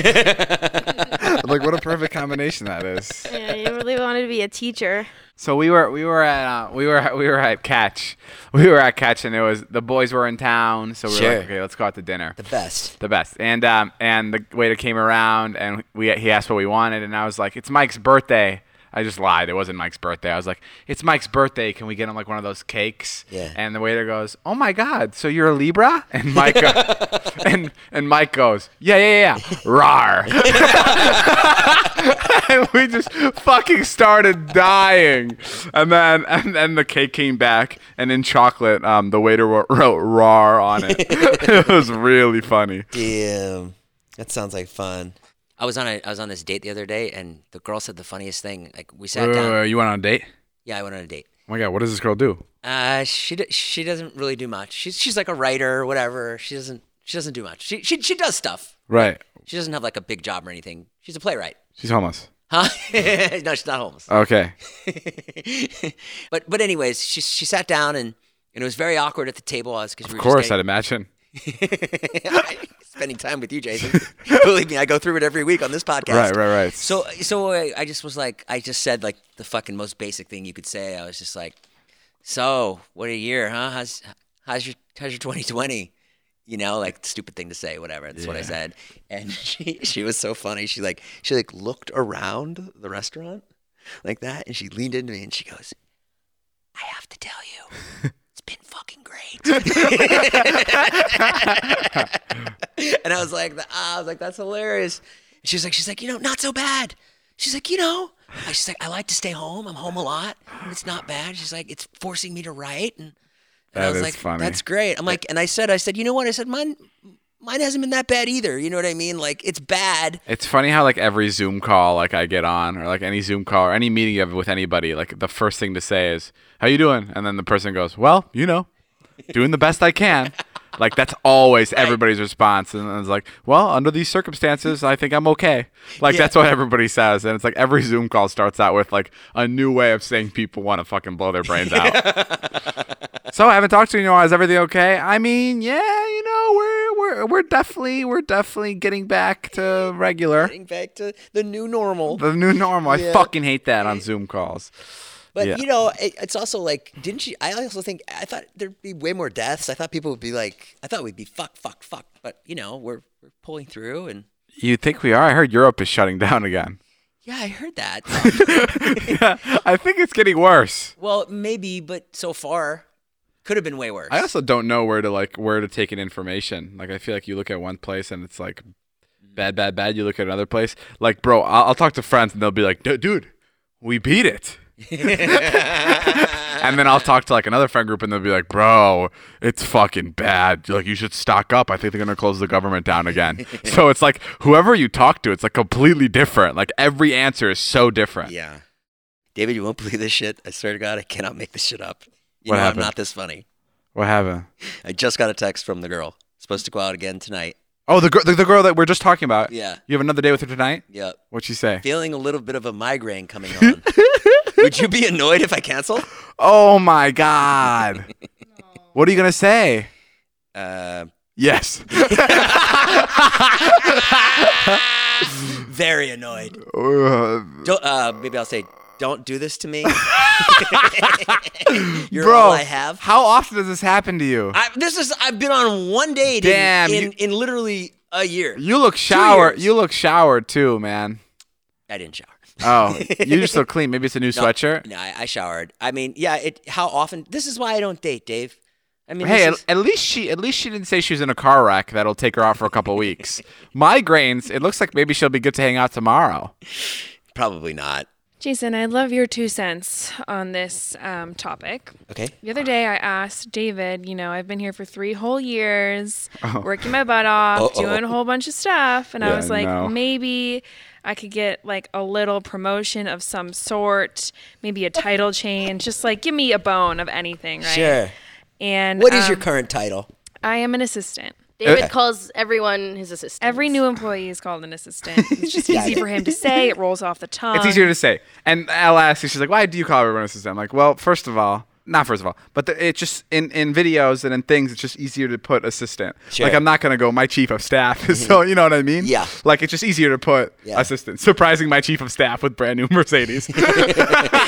Speaker 2: like, what a perfect combination that is.
Speaker 5: Yeah, you really wanted to be a teacher.
Speaker 2: So we were we were at uh, we were at, we were at catch, we were at catch, and it was the boys were in town, so we were
Speaker 1: Sure.
Speaker 2: like, okay, let's go out to dinner.
Speaker 1: The best.
Speaker 2: the best. And um, and the waiter came around and we he asked what we wanted and I was like, it's Mike's birthday. I just lied. It wasn't Mike's birthday. I was like, it's Mike's birthday. Can we get him like one of those cakes?
Speaker 1: Yeah.
Speaker 2: And the waiter goes, oh my god, so you're a Libra? And Mike go- and and Mike goes, yeah yeah yeah, yeah. rar. and we just fucking started dying. And then and then the cake came back and in chocolate, um, the waiter wrote, wrote rar on it. it was really funny.
Speaker 1: Damn. That sounds like fun. I was on a I was on this date the other day and the girl said the funniest thing. Like we sat
Speaker 2: Wait, wait,
Speaker 1: down.
Speaker 2: wait, you went on a date?
Speaker 1: Yeah, I went on a date.
Speaker 2: Oh my god, what does this girl do?
Speaker 1: Uh, she d- she doesn't really do much. She's she's like a writer or whatever. She doesn't she doesn't do much. She she she does stuff.
Speaker 2: Right.
Speaker 1: She doesn't have like a big job or anything. She's a playwright.
Speaker 2: She's homeless.
Speaker 1: Huh? no, she's not homeless.
Speaker 2: Okay.
Speaker 1: but but anyways, she she sat down and, and it was very awkward at the table. I was because we
Speaker 2: Of
Speaker 1: were
Speaker 2: course,
Speaker 1: just
Speaker 2: I'd
Speaker 1: getting-
Speaker 2: imagine.
Speaker 1: spending time with you, Jason. Believe me, I go through it every week on this podcast.
Speaker 2: Right, right, right.
Speaker 1: So so I, I just was like, I just said like the fucking most basic thing you could say. I was just like, so what a year, huh? How's how's your how's your 2020? You know, like stupid thing to say, whatever. That's what I said. And she she was so funny. She like she like looked around the restaurant like that, and she leaned into me and she goes, I have to tell you. It's been fucking great. and I was like, ah, I was like, that's hilarious. And she was like, she's like, you know, not so bad. She's like, you know, I she's like, I like to stay home. I'm home a lot. It's not bad. She's like, it's forcing me to write. And, and
Speaker 2: That
Speaker 1: I was
Speaker 2: is
Speaker 1: like,
Speaker 2: funny.
Speaker 1: that's great. I'm like, and I said, I said, you know what? I said, mine, mine hasn't been that bad either. You know what I mean? Like, it's bad.
Speaker 2: It's funny how like every Zoom call like I get on or like any Zoom call or any meeting you have with anybody, like the first thing to say is, "How you doing?" and then the person goes, "Well, you know." doing the best I can. Like that's always everybody's response, and it's like, well, under these circumstances, I think I'm okay. Like that's what everybody says, and it's like every Zoom call starts out with like a new way of saying people want to fucking blow their brains out. so I haven't talked to you in a while. Is everything okay? I mean, yeah, you know, we're we're we're definitely we're definitely getting back to regular,
Speaker 1: Getting back to the new normal.
Speaker 2: the new normal. I fucking hate that on Zoom calls.
Speaker 1: But
Speaker 2: Yeah.
Speaker 1: you know, it, it's also like, didn't you? I also think I thought there'd be way more deaths. I thought people would be like, I thought we'd be fuck, fuck, fuck. But you know, we're we're pulling through, and
Speaker 2: You think we are? I heard Europe is shutting down again.
Speaker 1: yeah, I heard that.
Speaker 2: yeah, I think it's getting worse.
Speaker 1: well, maybe, but so far, could have been way worse.
Speaker 2: I also don't know where to like where to take in information. Like I feel like you look at one place and it's like
Speaker 1: Mm-hmm.
Speaker 2: bad, bad, bad. You look at another place, like bro, I'll, I'll talk to friends and they'll be like, "Du- dude, we beat it. and then I'll talk to like another friend group and they'll be like, bro, it's fucking bad. Like you should stock up. I think they're gonna close the government down again. so it's like whoever you talk to, it's like completely different. Like every answer is so different.
Speaker 1: yeah, David, you won't believe this shit. I swear to God, I cannot make this shit up. You
Speaker 2: What
Speaker 1: know,
Speaker 2: happened?
Speaker 1: I'm not this funny.
Speaker 2: What happened?
Speaker 1: I just got a text from the girl. Supposed to go out again tonight.
Speaker 2: Oh, the, gir- the the girl that we're just talking about.
Speaker 1: Yeah.
Speaker 2: You have another day with her tonight.
Speaker 1: Yep.
Speaker 2: What'd she say?
Speaker 1: Feeling a little bit of a migraine coming on. Would you be annoyed if I cancel?
Speaker 2: Oh my god. What are you gonna say?
Speaker 1: Uh,
Speaker 2: Yes.
Speaker 1: very annoyed.
Speaker 2: Uh,
Speaker 1: Don't, uh, maybe I'll say, don't do this to me. You're
Speaker 2: Bro,
Speaker 1: all I have.
Speaker 2: How often does this happen to you?
Speaker 1: I, this is I've been on one date in-
Speaker 2: Damn,
Speaker 1: in,
Speaker 2: you-
Speaker 1: in, literally a year.
Speaker 2: you look showered.
Speaker 1: years.
Speaker 2: You look showered too, man.
Speaker 1: I didn't shower.
Speaker 2: Oh, you just look clean. Maybe it's a new
Speaker 1: No,
Speaker 2: sweatshirt.
Speaker 1: No, I, I showered. I mean, yeah. It. How often? This is why I don't date, Dave. I mean,
Speaker 2: Hey,
Speaker 1: this
Speaker 2: at,
Speaker 1: is-
Speaker 2: at least she at least she didn't say she was in a car wreck that'll take her out for a couple weeks. Migraines. It looks like maybe she'll be good to hang out tomorrow.
Speaker 1: probably not.
Speaker 3: Jason, I love your two cents on this um, topic.
Speaker 1: Okay.
Speaker 3: The other day, I asked David, you know, I've been here for three whole years, working my butt off,
Speaker 1: Uh-oh.
Speaker 3: doing a whole bunch of stuff. And
Speaker 2: Yeah,
Speaker 3: I was like,
Speaker 2: no.
Speaker 3: maybe I could get like a little promotion of some sort, maybe a title change, just like give me a bone of anything, right?
Speaker 1: Sure.
Speaker 3: And
Speaker 1: What is your
Speaker 3: um,
Speaker 1: current title?
Speaker 3: I am an assistant.
Speaker 4: David calls everyone his assistant.
Speaker 3: Every new employee is called an assistant. It's just easy for him to say. It rolls off the tongue.
Speaker 2: It's easier to say. And I'll ask you, she's like, why do you call everyone assistant? I'm like, well, first of all, not first of all, but the, it's just in, in videos and in things, it's just easier to put assistant.
Speaker 1: Sure.
Speaker 2: Like, I'm not going to go, my chief of staff. so, you know what I mean?
Speaker 1: Yeah.
Speaker 2: Like, it's just easier to put
Speaker 1: Yeah.
Speaker 2: assistant. Surprising my chief of staff with brand new Mercedes.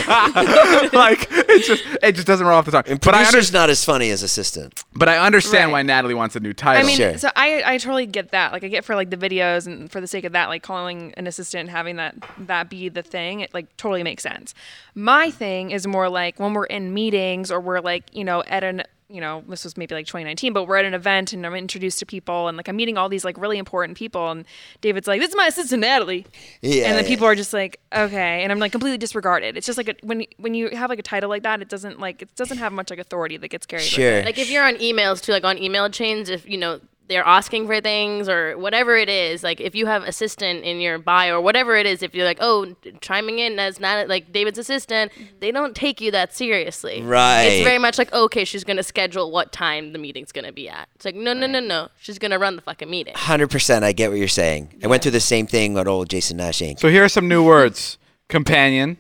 Speaker 2: like, it just, it just doesn't roll off the tongue. But I, under-
Speaker 1: Producer's not as funny as assistant.
Speaker 2: but I understand
Speaker 3: Right.
Speaker 2: why Natalie wants a new title.
Speaker 3: I mean,
Speaker 1: Sure.
Speaker 3: so I, I totally get that. Like, I get for like the videos and for the sake of that, like calling an assistant and having that that be the thing, it like totally makes sense. My thing is more like when we're in meetings or we're like, you know, at an you know, this was maybe like 2019, but we're at an event and I'm introduced to people and like I'm meeting all these like really important people and David's like, "This is my assistant Natalie,"
Speaker 1: Yeah,
Speaker 3: and then
Speaker 1: yeah.
Speaker 3: people are just like, "Okay," and I'm like completely disregarded. It's just like a, when when you have like a title like that, it doesn't like it doesn't have much like authority that gets carried. with it.
Speaker 1: Sure.
Speaker 4: like if you're on emails too, like on email chains, if you know they're asking for things or whatever it is, like if you have assistant in your bio or whatever it is, if you're like, oh, chiming in as not like David's assistant, they don't take you that seriously.
Speaker 1: Right.
Speaker 4: It's very much like, okay, she's gonna schedule what time the meeting's gonna be at. It's like, no, no, no, no, she's gonna run the fucking meeting.
Speaker 1: Hundred percent. I get what you're saying. I went through the same thing on old Jason Nash Inc.
Speaker 2: so here are some new words companion.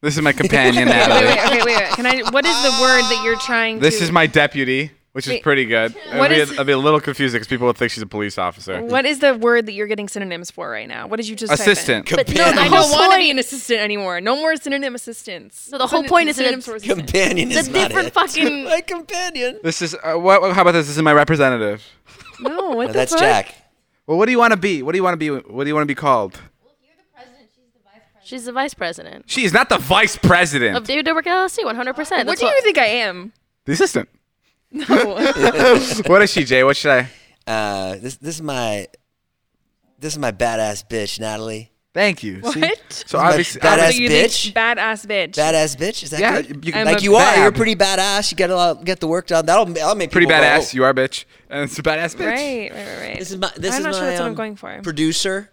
Speaker 2: This is my companion,
Speaker 3: Wait,
Speaker 2: Natalie.
Speaker 3: wait, okay, wait, wait. Can I? What is the word that you're trying
Speaker 2: This
Speaker 3: to?
Speaker 2: is my deputy, which is
Speaker 3: Wait,
Speaker 2: pretty good. I'd
Speaker 3: what
Speaker 2: be,
Speaker 3: is-
Speaker 2: I'd be a little confused because people would think she's a police officer.
Speaker 3: What is the word that you're getting synonyms for right now? What did you just type in?
Speaker 2: Assistant.
Speaker 4: But no,
Speaker 1: Companion.
Speaker 4: the
Speaker 3: I don't
Speaker 4: whole
Speaker 3: want to be
Speaker 4: point,
Speaker 3: an assistant anymore. No more synonym assistants.
Speaker 4: So the whole point is that
Speaker 3: synonyms
Speaker 4: it's-
Speaker 3: for assistant.
Speaker 1: Companion
Speaker 4: the
Speaker 1: is not
Speaker 4: different
Speaker 1: it.
Speaker 4: fucking-
Speaker 1: my companion.
Speaker 2: This is uh, what, what- How about this? This is my representative.
Speaker 3: No, what
Speaker 1: No,
Speaker 3: the
Speaker 1: that's
Speaker 3: fuck?
Speaker 1: Jack.
Speaker 2: Well, what do you want to be? What do you want to be? What do you want to be called?
Speaker 4: she's the vice president
Speaker 2: She is not the vice president.
Speaker 4: of David Dobrik LLC, 100. percent
Speaker 3: What do you think I am?
Speaker 2: the assistant.
Speaker 3: No.
Speaker 2: what is she, Jay? What should I?
Speaker 1: Uh, this this is my this is my badass bitch, Natalie.
Speaker 2: Thank you. see?
Speaker 3: What?
Speaker 2: So obviously,
Speaker 1: badass
Speaker 2: obviously-
Speaker 3: So you
Speaker 1: bitch.
Speaker 3: think badass bitch.
Speaker 1: Badass bitch. Is that
Speaker 2: Yeah,
Speaker 1: good?
Speaker 2: you-
Speaker 3: I'm
Speaker 1: like
Speaker 3: a
Speaker 1: you are. You're
Speaker 2: bad.
Speaker 1: pretty badass. You get a lot, get the work done. That'll, that'll make
Speaker 2: pretty
Speaker 1: people go,
Speaker 2: badass.
Speaker 1: "Oh,
Speaker 2: You are a bitch, and it's a badass bitch.
Speaker 3: Right, right, right, right.
Speaker 2: um,
Speaker 1: This is my. This
Speaker 3: I'm
Speaker 1: is
Speaker 3: not
Speaker 1: my,
Speaker 3: sure that's what
Speaker 1: um,
Speaker 3: I'm going for.
Speaker 1: Producer,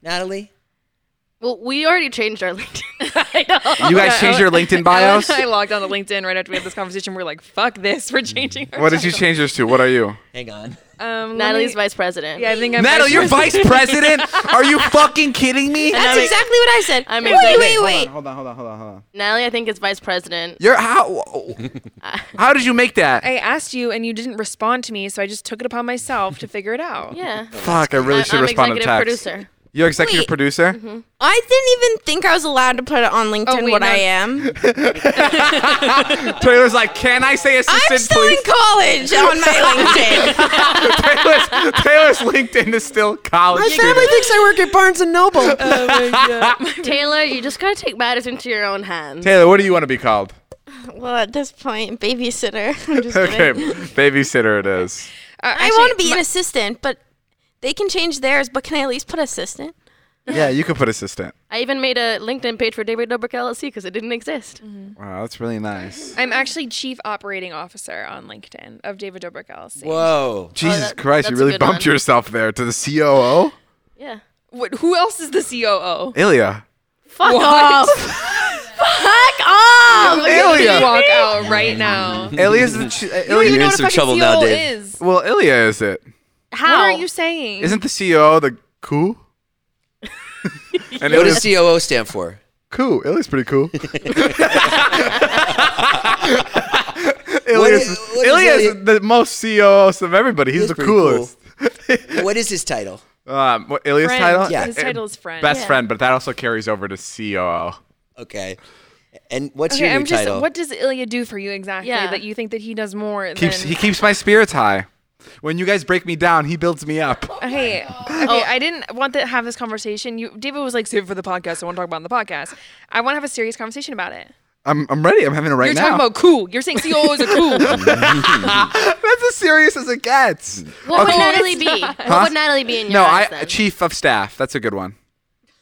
Speaker 1: Natalie.
Speaker 4: Well, we already changed our LinkedIn.
Speaker 2: You guys changed your LinkedIn bios?
Speaker 3: Oh, I logged on to LinkedIn right after we had this conversation. We're like, fuck this. We're changing our
Speaker 2: What did you change yours to? What are you?
Speaker 1: Hang on.
Speaker 3: Um, let
Speaker 4: Natalie's
Speaker 3: me-
Speaker 4: vice president.
Speaker 3: Yeah, I think I'm
Speaker 2: Natalie, you're
Speaker 3: president.
Speaker 2: vice president? Are you fucking kidding me?
Speaker 4: That's
Speaker 5: exactly what I said.
Speaker 4: I'm
Speaker 5: wait,
Speaker 4: exactly-
Speaker 5: wait, wait.
Speaker 2: Hold on, hold on, hold on, hold on.
Speaker 4: Natalie, I think is vice president.
Speaker 2: You're how? How did you make that?
Speaker 3: I asked you and you didn't respond to me, so I just took it upon myself to figure it out.
Speaker 4: Yeah.
Speaker 2: Fuck, I really
Speaker 4: I'm-
Speaker 2: should
Speaker 4: I'm
Speaker 2: respond to
Speaker 4: executive
Speaker 2: text.
Speaker 4: producer.
Speaker 2: You're executive
Speaker 5: Wait.
Speaker 2: producer?
Speaker 5: I didn't even think I was allowed to put it on LinkedIn
Speaker 3: wait,
Speaker 5: what
Speaker 3: no.
Speaker 5: I am.
Speaker 2: Taylor's like, can I say assistant,
Speaker 5: I'm still
Speaker 2: please?
Speaker 5: in college on my LinkedIn.
Speaker 2: Taylor's, Taylor's LinkedIn is still college. student.
Speaker 1: thinks I work at Barnes and Noble.
Speaker 4: Taylor, you just gotta take matters into your own hands.
Speaker 2: Taylor, what do you want to be called?
Speaker 5: well, at this point, babysitter. I'm just
Speaker 2: Okay,
Speaker 5: kidding.
Speaker 2: babysitter it is.
Speaker 5: I want to be an assistant, but they can change theirs. But can I at least put assistant?
Speaker 2: Yeah, you could put assistant.
Speaker 4: I even made a LinkedIn page for David Dobrik LLC because it didn't exist.
Speaker 2: Wow, that's really nice.
Speaker 3: I'm actually chief operating officer on LinkedIn of David Dobrik LLC.
Speaker 1: Whoa.
Speaker 2: Jesus
Speaker 4: that-
Speaker 2: Christ, you
Speaker 4: that's a
Speaker 2: really
Speaker 4: good
Speaker 2: bumped
Speaker 4: one.
Speaker 2: yourself there to the COO?
Speaker 4: Yeah.
Speaker 3: What, who else is the COO?
Speaker 2: Ilya.
Speaker 4: Fuck
Speaker 3: What?
Speaker 4: off.
Speaker 5: Fuck off!
Speaker 3: Look at
Speaker 2: Ilya.
Speaker 3: him walk out right now.
Speaker 2: Ilya's the. Ch- uh, Ilya.
Speaker 1: You're
Speaker 3: You know
Speaker 1: in
Speaker 3: what a
Speaker 1: some
Speaker 3: fucking
Speaker 1: trouble
Speaker 3: COO
Speaker 1: now, Dave.
Speaker 3: is.
Speaker 2: Well, Ilya is it.
Speaker 4: How?
Speaker 3: What are you saying?
Speaker 2: Isn't the COO the cool? and
Speaker 1: What
Speaker 2: Ilya's
Speaker 1: does COO stand for?
Speaker 2: cool. Ilya's pretty cool.
Speaker 1: What
Speaker 2: Ilya's,
Speaker 1: is- what is
Speaker 2: Ilya's
Speaker 1: Ilya-
Speaker 2: the most COOs of everybody. He's
Speaker 1: He is
Speaker 2: the
Speaker 1: pretty cool.
Speaker 2: coolest.
Speaker 1: What is his title?
Speaker 2: Um, what Ilya's
Speaker 3: Friend.
Speaker 2: title?
Speaker 1: Yeah.
Speaker 3: His
Speaker 2: Uh,
Speaker 3: title is friend.
Speaker 2: Best friend, but that also carries over to E COO.
Speaker 1: Okay. And what's
Speaker 3: Okay,
Speaker 1: your new
Speaker 3: I'm just.
Speaker 1: title?
Speaker 3: What does Ilya do for you exactly?
Speaker 4: Yeah.
Speaker 3: That you think that he does more
Speaker 2: Keeps
Speaker 3: than?
Speaker 2: he keeps my spirits high. When you guys break me down, he builds me up.
Speaker 3: Hey, okay, I didn't want to have this conversation. You, David was like, save it for the podcast. I want to talk about it on the podcast. I want to have a serious conversation about it.
Speaker 2: I'm, I'm ready. I'm having it right
Speaker 3: You're
Speaker 2: now.
Speaker 3: talking about cool. You're saying COO is a cool.
Speaker 2: That's as serious as it gets.
Speaker 4: What would
Speaker 2: Okay.
Speaker 4: Natalie be? What would Natalie be in your
Speaker 2: No,
Speaker 4: eyes
Speaker 2: I
Speaker 4: then?
Speaker 2: chief of staff. That's a good one.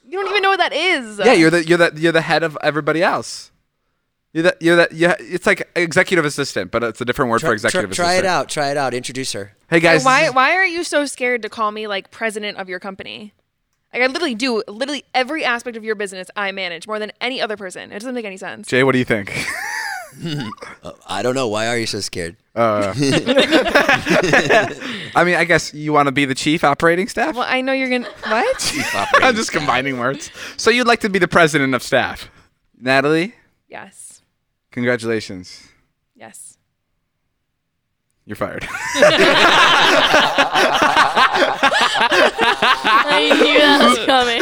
Speaker 3: you don't even know what that is. uh,
Speaker 2: Yeah, you're the you're the you're the head of everybody else. You're the you're the yeah. It's like executive assistant, but it's a different word for
Speaker 1: Try- try,
Speaker 2: executive
Speaker 1: try
Speaker 2: assistant.
Speaker 1: it out. Try it out. Introduce her.
Speaker 2: Hey guys,
Speaker 3: why
Speaker 2: this is-
Speaker 3: why are you so scared to call me like president of your company? Like I literally do literally every aspect of your business I manage more than any other person. It doesn't make any sense.
Speaker 2: Jay, what do you think?
Speaker 1: I don't know. Why are you so scared?
Speaker 2: I mean, I guess you want to be the chief operating staff.
Speaker 3: Well, I know you're gonna what?
Speaker 2: I'm just combining words. So you'd like to be the president of staff, Natalie?
Speaker 3: yes,
Speaker 2: Congratulations,
Speaker 3: yes.
Speaker 2: you're fired.
Speaker 4: I knew that was coming.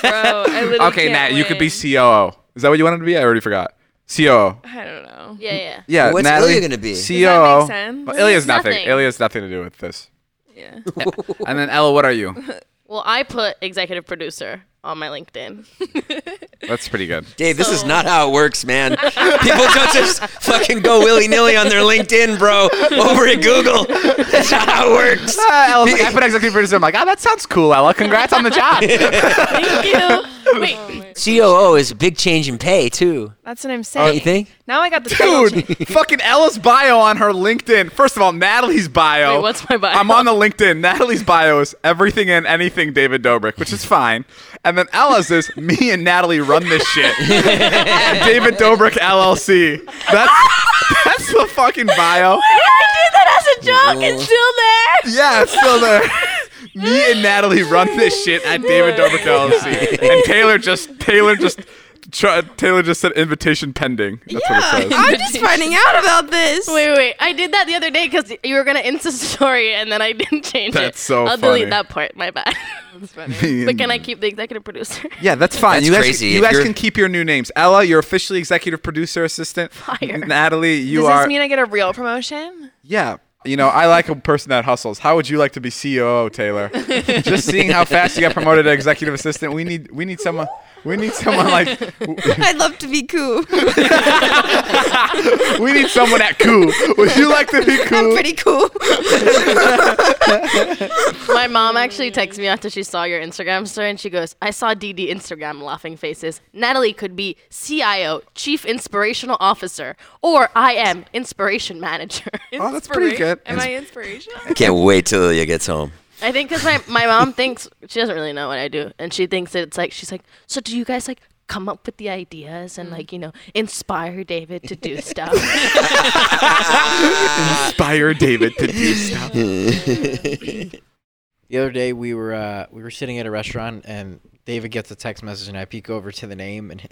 Speaker 3: Bro, I literally
Speaker 2: okay,
Speaker 3: can't
Speaker 2: Nat, you could be
Speaker 3: win.
Speaker 2: COO. Is that what you wanted to be? I already forgot. COO.
Speaker 3: I don't know.
Speaker 4: Yeah, yeah.
Speaker 2: Yeah,
Speaker 1: What's
Speaker 2: Natalie,
Speaker 1: Ilya gonna be? Does
Speaker 2: COO.
Speaker 1: that
Speaker 3: make sense?
Speaker 2: Well, Ilya's nothing.
Speaker 4: Nothing.
Speaker 2: Ilya's nothing to do with this.
Speaker 3: Yeah.
Speaker 2: And then Ella, what are you?
Speaker 4: Well, I put executive producer on my LinkedIn.
Speaker 2: That's pretty good.
Speaker 1: Dave, this is not how it works, man. People don't just fucking go willy nilly on their LinkedIn, bro, over at Google. That's not how it works.
Speaker 2: Uh, Ella's like, I put executive producer. I'm like, ah, that sounds cool, Ella. Congrats on the job.
Speaker 1: COO is a big change in pay, too.
Speaker 3: That's what I'm saying.
Speaker 1: you think?
Speaker 3: Now I got the title change.
Speaker 2: Oh, Dude, fucking Ella's bio on her LinkedIn. First of all, Natalie's bio.
Speaker 4: Wait, what's my bio?
Speaker 2: I'm on the LinkedIn. Natalie's bio is everything and anything David Dobrik, which is fine. And then Ella's is me and Natalie run this shit. And David Dobrik LLC. That's that's the fucking bio.
Speaker 5: I did that as a joke. It's still there.
Speaker 2: Yeah, it's still there. Me and Natalie run this shit at David Dobrik LLC, and Taylor just Taylor just tr- Taylor just said invitation pending. That's what it says.
Speaker 5: I'm just finding out about this.
Speaker 4: Wait, wait. I did that the other day because you were gonna Insta story and then I didn't change it.
Speaker 2: That's so
Speaker 4: I'll
Speaker 2: funny.
Speaker 4: delete that part. My bad. but can I keep the executive producer?
Speaker 2: Yeah, that's fine.
Speaker 1: That's
Speaker 2: you guys,
Speaker 1: crazy.
Speaker 2: You
Speaker 1: If
Speaker 2: guys
Speaker 1: you're-
Speaker 2: can keep your new names. Ella, you're officially executive producer assistant. Natalie, you
Speaker 3: Does
Speaker 2: are.
Speaker 3: this mean I get a real promotion?
Speaker 2: yeah. You know, I like a person that hustles. How would you like to be COO, Taylor? Just seeing how fast you got promoted to executive assistant, we need we need someone we need someone like
Speaker 5: I'd love to be cool.
Speaker 2: we need someone at Coup. Would you like to be
Speaker 5: I'm
Speaker 2: Coup?
Speaker 5: pretty cool.
Speaker 4: My mom actually texted me after she saw your Instagram story and she goes, I saw DD Instagram laughing faces. Natalie could be CIO, Chief Inspirational Officer, or I am Inspiration Manager.
Speaker 2: Oh, that's pretty good.
Speaker 3: Am I inspirational?
Speaker 1: Can't wait till Ilya gets home.
Speaker 4: I think because my, my mom thinks she doesn't really know what I do, and she thinks that it's like she's like. So do you guys like come up with the ideas and like you know inspire David to do stuff?
Speaker 2: Inspire David to do stuff.
Speaker 6: The other day we were uh, we were sitting at a restaurant and David gets a text message and I peek over to the name and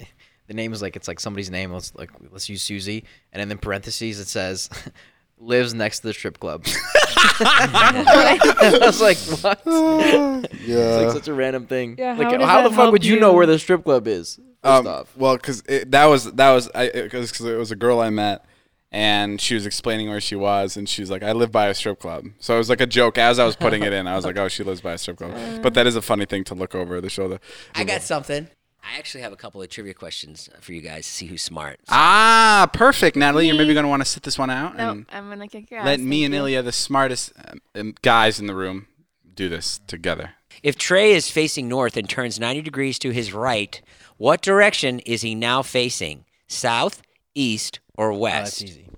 Speaker 6: the name is like it's like somebody's name. Let's like let's use Susie and then in parentheses it says lives next to the strip club. I was like, what? It's like
Speaker 7: yeah.
Speaker 6: such a random thing.
Speaker 3: Yeah,
Speaker 6: like
Speaker 3: how
Speaker 6: how,
Speaker 3: does
Speaker 6: the
Speaker 3: that
Speaker 6: fuck would
Speaker 3: help
Speaker 6: you, know
Speaker 3: you?
Speaker 6: where the strip club is? First
Speaker 7: Um,
Speaker 6: off.
Speaker 7: well, because that was that was I because it was a girl I met, and she was explaining where she was, and she's like, "I live by a strip club." So it was like a joke as I was putting it in. I was like, "Oh, she lives by a strip club," but that is a funny thing to look over the shoulder.
Speaker 1: I got something. I actually have a couple of trivia questions for you guys to see who's smart.
Speaker 2: Ah, perfect, Natalie. You're maybe going to want to sit this one out
Speaker 3: No,
Speaker 2: and
Speaker 3: I'm gonna kick your ass.
Speaker 2: let me
Speaker 3: thank
Speaker 2: and
Speaker 3: you.
Speaker 2: Ilya, the smartest um, um, guys in the room, do this together.
Speaker 1: If Trey is facing north and turns 90 degrees to his right, what direction is he now facing? South, east, or
Speaker 6: Oh,
Speaker 1: west?
Speaker 6: that's easy.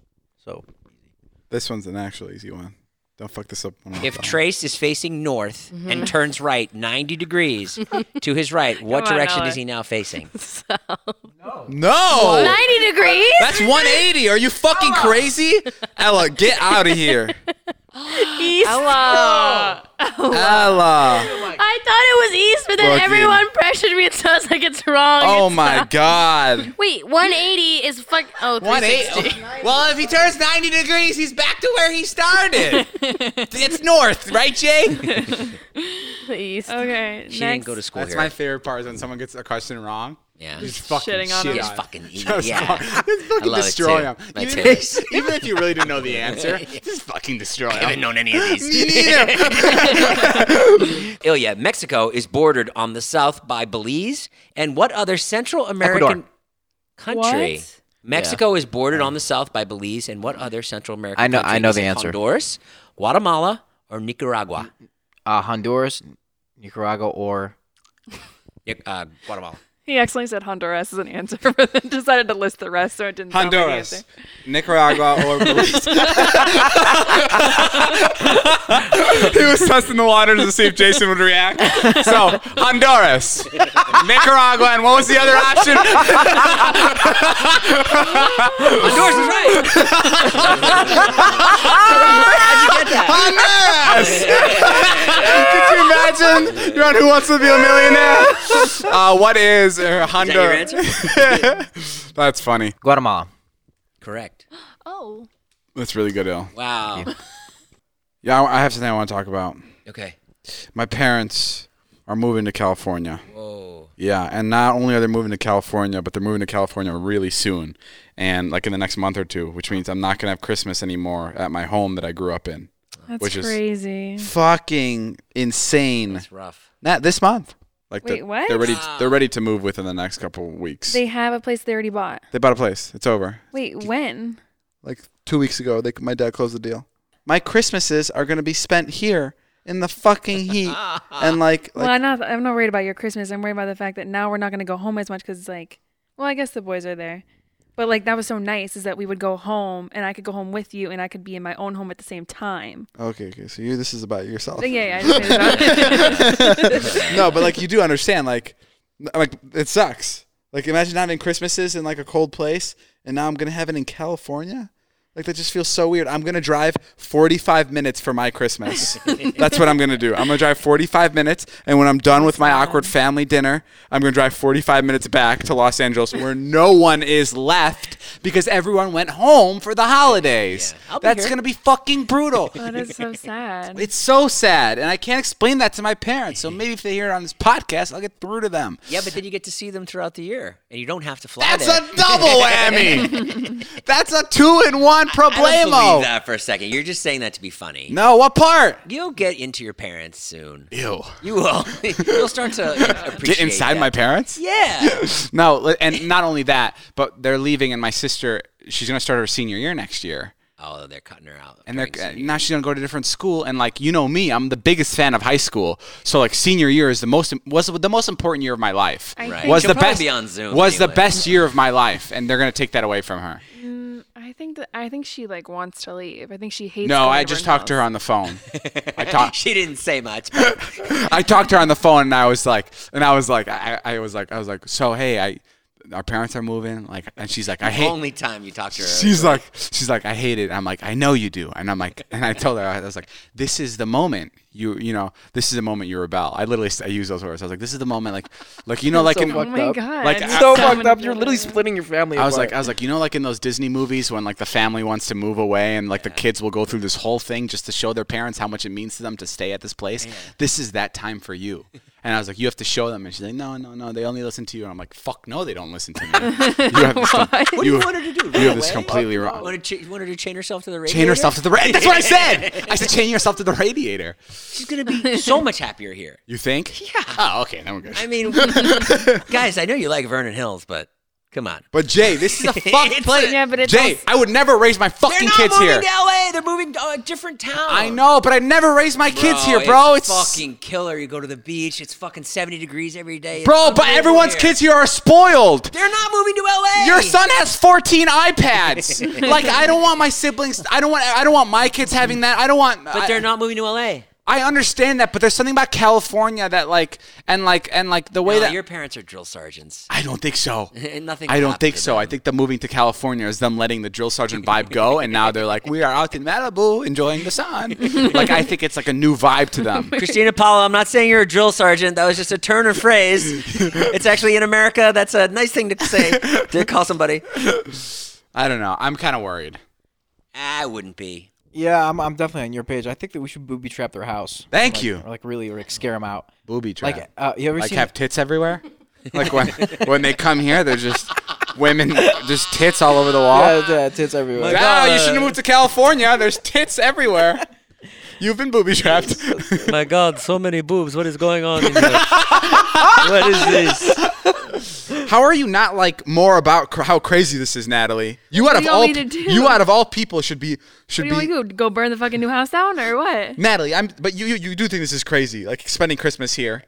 Speaker 6: So
Speaker 7: This one's an actual easy one. Don't fuck this up. when I'm
Speaker 1: If
Speaker 7: done.
Speaker 1: Trace is facing north and turns right 90 degrees to his right, what
Speaker 3: Come on,
Speaker 1: direction
Speaker 3: Alex.
Speaker 1: is he now facing?
Speaker 7: no,
Speaker 5: 90 degrees?
Speaker 7: that's 180. Are you fucking crazy, Ella? Get out of here,
Speaker 5: East.
Speaker 3: Hello.
Speaker 7: Ella.
Speaker 5: I thought it was east, but then
Speaker 7: Fucking-
Speaker 5: everyone.
Speaker 4: Pressured me, so I was like, it's wrong.
Speaker 7: Oh my god.
Speaker 5: Wait, 180 is fuck. Oh,
Speaker 7: One eight.
Speaker 5: 360.
Speaker 7: Well, if he turns 90 degrees, he's back to where he started. it's north, right, Jay?
Speaker 4: Please.
Speaker 3: Okay.
Speaker 1: She
Speaker 3: next.
Speaker 1: didn't go to school
Speaker 2: That's
Speaker 1: here.
Speaker 2: my favorite part is when someone gets a question wrong.
Speaker 1: yeah.
Speaker 2: You Just fucking
Speaker 3: Shitting on
Speaker 2: shit on
Speaker 3: them. Just
Speaker 2: it.
Speaker 1: fucking eat.
Speaker 2: Just
Speaker 1: Yeah.
Speaker 2: fuck- just fucking
Speaker 1: love it
Speaker 2: destroy
Speaker 1: too.
Speaker 2: them.
Speaker 1: My
Speaker 2: Even,
Speaker 1: too.
Speaker 2: if- even if you really didn't know the answer, just fucking destroy
Speaker 1: I haven't
Speaker 2: them.
Speaker 1: known any of these.
Speaker 2: Neither.
Speaker 1: Ilya, Oh, Mexico is bordered on the south by Belize and what other Central American country?
Speaker 3: What?
Speaker 1: Mexico is bordered on the south by Belize and what other Central American
Speaker 6: I know-
Speaker 1: country
Speaker 6: I know
Speaker 1: is
Speaker 6: the
Speaker 1: it?
Speaker 6: answer.
Speaker 1: Honduras, Guatemala, or Nicaragua?
Speaker 6: uh, Honduras, Nicaragua, or
Speaker 1: Nic- Uh, Guatemala.
Speaker 3: He accidentally said Honduras as an answer, but then decided to list the rest, so it didn't. sound like an
Speaker 2: Honduras,
Speaker 3: answer.
Speaker 2: Nicaragua, or Belize.
Speaker 7: he was testing the waters to see if Jason would react. So, Honduras, Nicaragua, and what was the other option?
Speaker 1: Honduras is right.
Speaker 7: Honduras! Could you imagine? You're on Who Wants to Be a Millionaire? Uh, what is uh, Honduras? That's funny.
Speaker 6: Guatemala.
Speaker 1: Correct.
Speaker 4: Oh.
Speaker 7: That's really good, Ill.
Speaker 1: Wow.
Speaker 2: Yeah, I I have something I want to talk about.
Speaker 1: Okay.
Speaker 2: My parents are moving to California.
Speaker 1: Whoa.
Speaker 2: Yeah, and not only are they moving to California, but they're moving to California really soon, and like in the next month or two, which means I'm not gonna have Christmas anymore at my home that I grew up in.
Speaker 3: That's
Speaker 2: Which is-
Speaker 3: crazy.
Speaker 2: Fucking insane!
Speaker 1: That's rough.
Speaker 2: Not this month. Like
Speaker 3: Wait,
Speaker 2: they're,
Speaker 3: what?
Speaker 2: they're ready. they're ready to move within the next couple weeks.
Speaker 3: They
Speaker 2: They,
Speaker 3: have a place they already bought.
Speaker 2: bought a place. It's over.
Speaker 3: Wait, when?
Speaker 2: Like two weeks ago, they, my dad closed the deal. My Christmases are gonna be spent here in the fucking heat, and like,
Speaker 3: well, I'm not. I'm not worried about your Christmas. I'm worried about the fact that now we're not going to go home as much because, like, well, I guess the boys are there, but like that was so nice is that we would go home and I could go home with you and I could be in my own home at the same time.
Speaker 2: okay, okay. So you, this is about yourself.
Speaker 3: But yeah, yeah. I just made it up.
Speaker 2: no, but like you do understand, like, n- like it sucks. Like imagine not having Christmases in like a cold place, and now I'm gonna have it in California. Like that just feels so weird. I'm gonna drive 45 minutes for my Christmas. That's what I'm gonna do. I'm gonna drive 45 minutes, and when I'm done with my awkward family dinner, I'm gonna drive 45 minutes back to Los Angeles, where no one is left because everyone went home for the holidays.
Speaker 1: I'll be
Speaker 2: That's
Speaker 1: here.
Speaker 2: gonna be fucking brutal.
Speaker 3: that is so sad.
Speaker 2: It's so sad, and I can't explain that to my parents. So maybe if they hear it on this podcast, I'll get through to them.
Speaker 1: Yeah, but then you get to see them throughout the year, and you don't have to fly
Speaker 2: That's
Speaker 1: there.
Speaker 2: a double whammy. That's a two in one
Speaker 1: I don't believe
Speaker 2: problemo.
Speaker 1: that for a second. You're just saying that to be funny.
Speaker 2: No, what part?
Speaker 1: You'll get into your parents soon.
Speaker 2: Ew.
Speaker 1: You will. You'll start to appreciate
Speaker 2: Get inside my
Speaker 1: that.
Speaker 2: parents?
Speaker 1: Yeah.
Speaker 2: No, li- and not only that, but they're leaving, and my sister, she's gonna start her senior year next year,
Speaker 1: Oh, they're cutting her out.
Speaker 2: and they're,
Speaker 1: during
Speaker 2: uh,
Speaker 1: senior
Speaker 2: now she's gonna go to a different school, and like you know me, I'm the biggest fan of high school, so like senior year is the most was the most important year of my life.
Speaker 3: I
Speaker 1: Right.
Speaker 3: think,
Speaker 2: Was
Speaker 1: She'll
Speaker 2: the
Speaker 1: probably
Speaker 2: best
Speaker 1: be on Zoom
Speaker 2: was the
Speaker 1: anyway.
Speaker 2: best year of my life, and they're gonna take that away from her.
Speaker 3: I think that I I think she like wants to leave. I think she hates.
Speaker 2: No,
Speaker 3: going
Speaker 2: I just talked to her
Speaker 3: Vernell's.
Speaker 2: on the phone. I talked.
Speaker 1: She didn't say much.
Speaker 2: I talked to her on the phone, and I was like, and I was like, I, I was like, I was like, so hey, I, our parents are moving, like, and she's like, I hate.
Speaker 1: Only time you talked to her.
Speaker 2: She's like, she's like, I hate it. I'm like, I know you do. And I'm like, and I told her, I was like, this is the moment you, you know, this is the moment you rebel. I literally, I use those words. I was like, this is the moment, like, like you know, like, in,
Speaker 3: Oh my
Speaker 6: up.
Speaker 3: god!
Speaker 2: Like,
Speaker 3: it's
Speaker 6: so
Speaker 3: many
Speaker 6: fucked up. You're
Speaker 3: people.
Speaker 6: literally splitting your family.
Speaker 2: I was
Speaker 6: apart.
Speaker 2: like, I was like, you know, like in those Disney movies when like the family wants to move away and like the kids will go through this whole thing just to show their parents how much it means to them to stay at this place. This is that time for you. And I was like, you have to show them. And she's like, no, no, no, they only listen to you. And I'm like, fuck, no, they don't listen to me. you have this, com-
Speaker 1: What do
Speaker 2: you,
Speaker 1: you want her to do?
Speaker 2: you have
Speaker 1: Run
Speaker 2: this
Speaker 1: away? Oh,
Speaker 2: completely
Speaker 1: You
Speaker 2: wrong.
Speaker 1: want to, ch- you want her to chain herself to the radio?
Speaker 2: Chain yourself to the radiator. That's what I said. I said, chain yourself to the radiator.
Speaker 1: She's gonna be so much happier here.
Speaker 2: You think? Yeah. Oh, okay, then we're good.
Speaker 1: I mean, guys, I know you like Vernon Hills, but come on.
Speaker 2: but Jay, this is a fucked
Speaker 1: It's
Speaker 2: place.
Speaker 1: a-
Speaker 3: Yeah, but it's
Speaker 2: Jay,
Speaker 3: also-
Speaker 2: I would never raise my
Speaker 1: They're
Speaker 2: fucking
Speaker 1: not
Speaker 2: kids
Speaker 1: moving
Speaker 2: here.
Speaker 1: to LA. They're moving to a different town.
Speaker 2: I know, but I never raised my kids here, bro. It's,
Speaker 1: Oh, fucking killer. You go to the beach. It's fucking seventy degrees every day. It's
Speaker 2: Bro, but
Speaker 1: unbelievable
Speaker 2: everyone's
Speaker 1: here.
Speaker 2: kids here are spoiled.
Speaker 1: They're not moving to LA.
Speaker 2: Your son has 14 iPads. like I don't want my siblings I don't want I don't want my kids having that. I don't want
Speaker 1: But
Speaker 2: I,
Speaker 1: they're not moving to LA.
Speaker 2: I understand that, but there's something about California that like and like and like the way
Speaker 1: No,
Speaker 2: that
Speaker 1: Oh, your parents are drill sergeants.
Speaker 2: I don't think so.
Speaker 1: And nothing
Speaker 2: I don't
Speaker 1: happened
Speaker 2: think
Speaker 1: to
Speaker 2: so. I
Speaker 1: them.
Speaker 2: think the moving to California is them letting the drill sergeant vibe go, and now they're like, we are out in Malibu enjoying the sun. like I think it's like a new vibe to them.
Speaker 1: Christina Paula, I'm not saying you're a drill sergeant. That was just a turn of phrase. it's actually in America. That's a nice thing to say to call somebody.
Speaker 2: I don't know. I'm kind of worried.
Speaker 1: I wouldn't be.
Speaker 6: yeah, I'm, I'm definitely on your page. I think that we should booby trap their house.
Speaker 2: Thank
Speaker 6: Like-
Speaker 2: you.
Speaker 6: Or like really, like scare them out.
Speaker 2: Booby trap.
Speaker 6: Like, uh, you ever
Speaker 2: like
Speaker 6: seen?
Speaker 2: have tits everywhere? Like when when they come here, they're just women, just tits all over the wall.
Speaker 6: yeah, yeah, tits everywhere.
Speaker 2: Ah, you shouldn't move to California. There's tits everywhere. You've been booby trapped.
Speaker 1: My God, so many boobs. What is going on in here? what is this?
Speaker 2: How are you not like more about cr- how crazy this is, Natalie? You out
Speaker 3: do
Speaker 2: of
Speaker 3: you
Speaker 2: all
Speaker 3: want me to
Speaker 2: pe-
Speaker 3: do?
Speaker 2: you out of all people should be should
Speaker 3: What do you
Speaker 2: be
Speaker 3: want to do? Go burn the fucking new house down or what?
Speaker 2: Natalie. I'm but you, you you do think this is crazy, like spending Christmas here.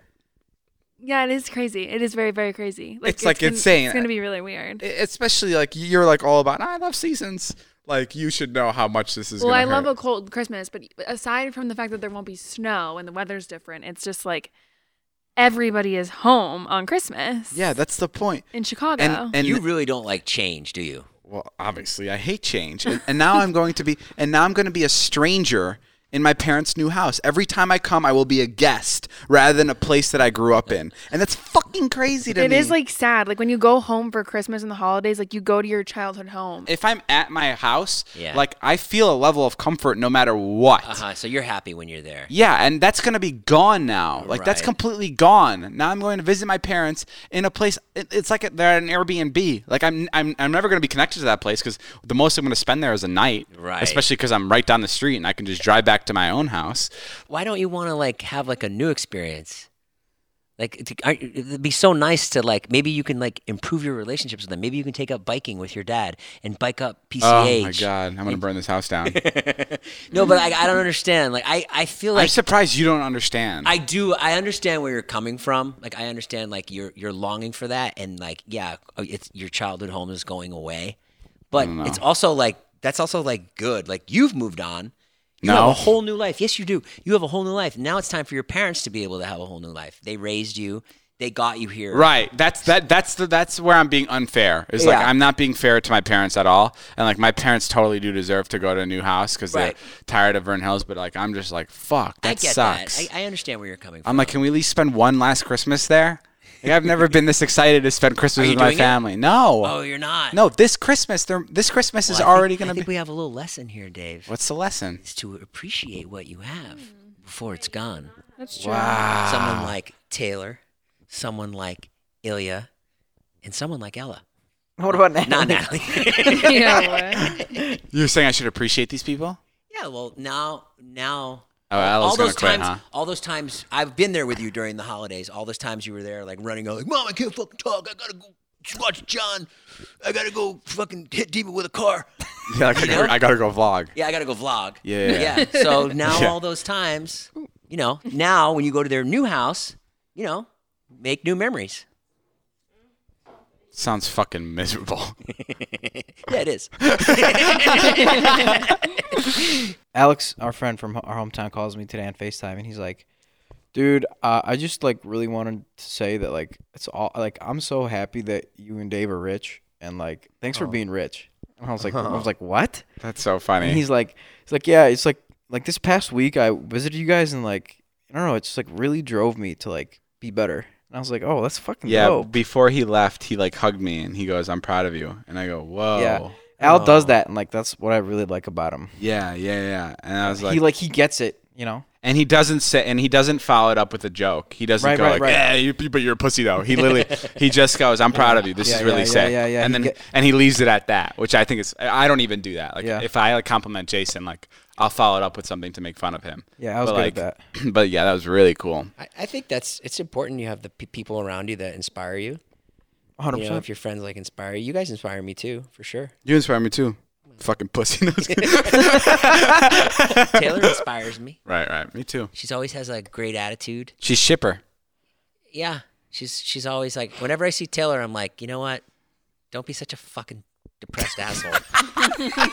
Speaker 3: Yeah, it is crazy. It is very, very crazy.
Speaker 2: It's, like,
Speaker 3: gonna-
Speaker 2: insane.
Speaker 3: It's gonna be really weird.
Speaker 2: E- Especially like you're like all about I love seasons. Like you should know how much this is.
Speaker 3: Well,
Speaker 2: gonna
Speaker 3: I love
Speaker 2: hurt.
Speaker 3: a cold Christmas, but aside from the fact that there won't be snow and the weather's different, it's just like everybody is home on Christmas.
Speaker 2: Yeah, that's the point.
Speaker 3: in Chicago.
Speaker 2: And and
Speaker 1: You really don't like change, do you?
Speaker 2: well obviously i hate change and, and now i'm going to be and now i'm going to be a stranger in my parents new house every time i come i will be a guest rather than a place that i grew up in and that's fucking crazy to
Speaker 3: It
Speaker 2: me
Speaker 3: is like sad. Like when you go home for Christmas and the holidays, like you go to your childhood home.
Speaker 2: if i'm at my house
Speaker 1: Yeah.
Speaker 2: like i feel a level of comfort no matter what
Speaker 1: Uh huh. So you're happy when you're there.
Speaker 2: Yeah, and that's going to be gone now. Like that's
Speaker 1: Right.
Speaker 2: completely gone. Now I'm going to visit my parents in a place it- it's like they're at an Airbnb. Like I'm I'm I'm never going to be connected to that place cuz the most I'm going to spend there is a night.
Speaker 1: Right.
Speaker 2: Especially cuz I'm right down the street and I can just drive back to my own house.
Speaker 1: Why don't you want to like have like a new experience? Like to, aren't- it'd be so nice to like maybe you can like improve your relationships with them. Maybe you can take up biking with your dad and bike up PCH.
Speaker 2: Oh my god, I'm going to burn this house down.
Speaker 1: No, but I, I don't understand. Like I, I feel
Speaker 2: I'm
Speaker 1: like
Speaker 2: surprised you don't understand.
Speaker 1: I do. I understand where you're coming from. Like I understand like you're you're longing for that, and like yeah, oh, it's your childhood home is going away, but it's also like that's also like good. Like you've moved on. You have
Speaker 2: No.
Speaker 1: a whole new life. Yes, you do. You have a whole new life. Now it's time for your parents to be able to have a whole new life. They raised you. They got you here.
Speaker 2: Right. That's that. That's the. That's where I'm being unfair. Is like
Speaker 1: Yeah.
Speaker 2: I'm not being fair to my parents at all, and like my parents totally do deserve to go to a new house because
Speaker 1: Right.
Speaker 2: they're tired of Vern Hills. But like I'm just like fuck. That
Speaker 1: I get
Speaker 2: sucks.
Speaker 1: that. I, I understand where you're coming from.
Speaker 2: I'm like, can we at least spend one last Christmas there? Like, I've never been this excited to spend Christmas
Speaker 1: you
Speaker 2: with my
Speaker 1: doing it?
Speaker 2: family. No.
Speaker 1: oh, you're not.
Speaker 2: No, this Christmas, they're- this Christmas
Speaker 1: Well,
Speaker 2: is
Speaker 1: I think-
Speaker 2: already
Speaker 1: I
Speaker 2: going to
Speaker 1: think
Speaker 2: be.
Speaker 1: we have a little lesson here, Dave.
Speaker 2: What's the lesson?
Speaker 1: Is to appreciate what you have before it's gone.
Speaker 3: That's true.
Speaker 2: Ah.
Speaker 1: someone like Taylor, someone like Ilya, and someone like Ella.
Speaker 6: What about Natalie?
Speaker 1: Not Natalie.
Speaker 3: Yeah, what?
Speaker 2: You're saying I should appreciate these people?
Speaker 1: yeah, well, now, now.
Speaker 2: Oh, Ella's
Speaker 1: all
Speaker 2: gonna
Speaker 1: those
Speaker 2: quit,
Speaker 1: times,
Speaker 2: huh?
Speaker 1: all those times, I've been there with you during the holidays. All those times you were there, like running, out, like, "Mom, I can't fucking talk. I gotta go watch John. I gotta go fucking hit demon with a car.
Speaker 2: Yeah, like, I, gotta, I gotta go vlog.
Speaker 1: Yeah, I gotta go vlog.
Speaker 2: Yeah, yeah, yeah.
Speaker 1: So now
Speaker 2: Yeah.
Speaker 1: all those times, you know, now when you go to their new house, you know, make new memories.
Speaker 2: Sounds fucking miserable.
Speaker 1: Yeah, it is.
Speaker 6: Alex, our friend from our hometown, calls me today on Facetime, and he's like, "Dude, uh, I just like really wanted to say that like it's all like I'm so happy that you and Dave are rich, and like thanks
Speaker 1: Oh.
Speaker 6: for being rich." And I was like, I was like, "What?"
Speaker 2: That's so
Speaker 6: And
Speaker 2: funny.
Speaker 6: he's like, he's like, yeah, it's like like this past week I visited you guys and like I don't know, it just like really drove me to like be better. And I was like, oh, that's fucking
Speaker 2: Yeah,
Speaker 6: dope.
Speaker 2: before he left, he like hugged me and he goes, "I'm proud of you." And I go, "Whoa."
Speaker 6: Yeah. Al
Speaker 1: oh.
Speaker 6: does that, and like that's what I really like about him.
Speaker 2: Yeah, yeah, yeah. And I was like,
Speaker 6: he like he gets it, you know.
Speaker 2: and he doesn't say, and he doesn't follow it up with a joke. He doesn't
Speaker 6: Right,
Speaker 2: go
Speaker 6: right,
Speaker 2: like,
Speaker 6: right.
Speaker 2: "Yeah, you, but you're a pussy though." He literally, he just goes, "I'm proud of you. This
Speaker 6: Yeah,
Speaker 2: is really
Speaker 6: yeah,
Speaker 2: sick."
Speaker 6: yeah, yeah, yeah.
Speaker 2: And
Speaker 6: He
Speaker 2: then,
Speaker 6: get-
Speaker 2: and he leaves it at that, which I think is, I don't even do that. Like,
Speaker 6: Yeah.
Speaker 2: if I like compliment Jason, like, I'll follow it up with something to make fun of him.
Speaker 6: Yeah, I was
Speaker 2: but,
Speaker 6: good
Speaker 2: like,
Speaker 6: at
Speaker 2: that. But yeah, that was really cool.
Speaker 1: I, I think that's it's important. You have the pe people around you that inspire you.
Speaker 6: Hundred
Speaker 1: You know, if
Speaker 6: percent.
Speaker 1: your friends like inspire you, you guys inspire me too, for sure.
Speaker 2: You inspire me too. Fucking pussy. No, I'm just kidding.
Speaker 1: Taylor inspires me.
Speaker 2: right, right. Me too.
Speaker 1: She's always has a great attitude.
Speaker 2: She's shipper.
Speaker 1: Yeah, she's she's always like. Whenever I see Taylor, I'm like, you know what? Don't be such a fucking depressed asshole.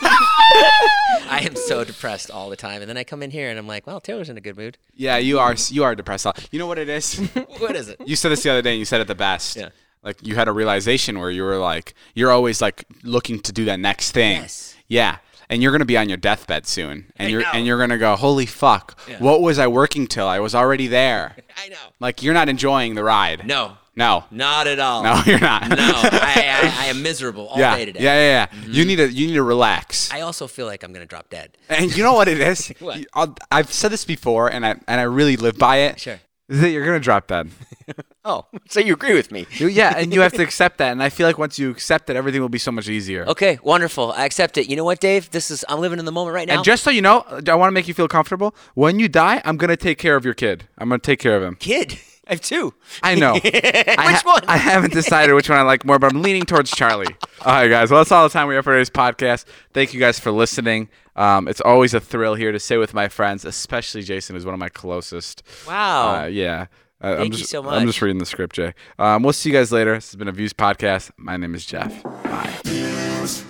Speaker 1: I am so depressed all the time, and then I come in here and I'm like, well, Taylor's in a good mood.
Speaker 2: Yeah, you are. You are depressed. You know what it is.
Speaker 1: What is it?
Speaker 2: you said this the other day and you said it the best
Speaker 1: Yeah.
Speaker 2: like you had a realization where you were like you're always like looking to do that next thing
Speaker 1: Yes.
Speaker 2: yeah and you're gonna be on your deathbed soon and you're and you're gonna go holy fuck what was i working till i was already there
Speaker 1: I know.
Speaker 2: like you're not enjoying the ride
Speaker 1: No,
Speaker 2: no
Speaker 1: not at all.
Speaker 2: no you're not
Speaker 1: No, I, I, I am miserable all
Speaker 2: yeah.
Speaker 1: day today. Mm-hmm.
Speaker 2: yeah yeah yeah you need to you need to relax
Speaker 1: I also feel like I'm gonna drop dead.
Speaker 2: and you know what it is
Speaker 1: What?
Speaker 2: You- I'll- i've said this before and i and i really live by it
Speaker 1: Sure.
Speaker 8: Is that you're gonna drop dead?
Speaker 1: Oh, so you agree with me?
Speaker 8: You- yeah, and you have to accept that. And I feel like once you accept it, everything will be so much easier.
Speaker 1: Okay, wonderful. I accept it. You know what, Dave? This is I'm living in the moment right now.
Speaker 8: And just so you know, I want to make you feel comfortable. When you die, I'm gonna take care of your kid. I'm gonna take care of him.
Speaker 1: kid. I have two.
Speaker 8: I know. I
Speaker 1: Which one?
Speaker 8: I haven't decided which one I like more, but I'm leaning towards Charlie. All right, guys. Well, that's all the time we have for today's podcast. Thank you guys for listening. Um, it's always a thrill here to stay with my friends, especially Jason, who's one of my closest.
Speaker 1: Wow.
Speaker 8: Uh, yeah. Uh, I'm
Speaker 1: Thank you
Speaker 8: just,
Speaker 1: so
Speaker 8: I'm just
Speaker 1: much.
Speaker 8: reading the script, Jay. Um, we'll see you guys later. This has been a Views podcast. My name is Jeff. Bye.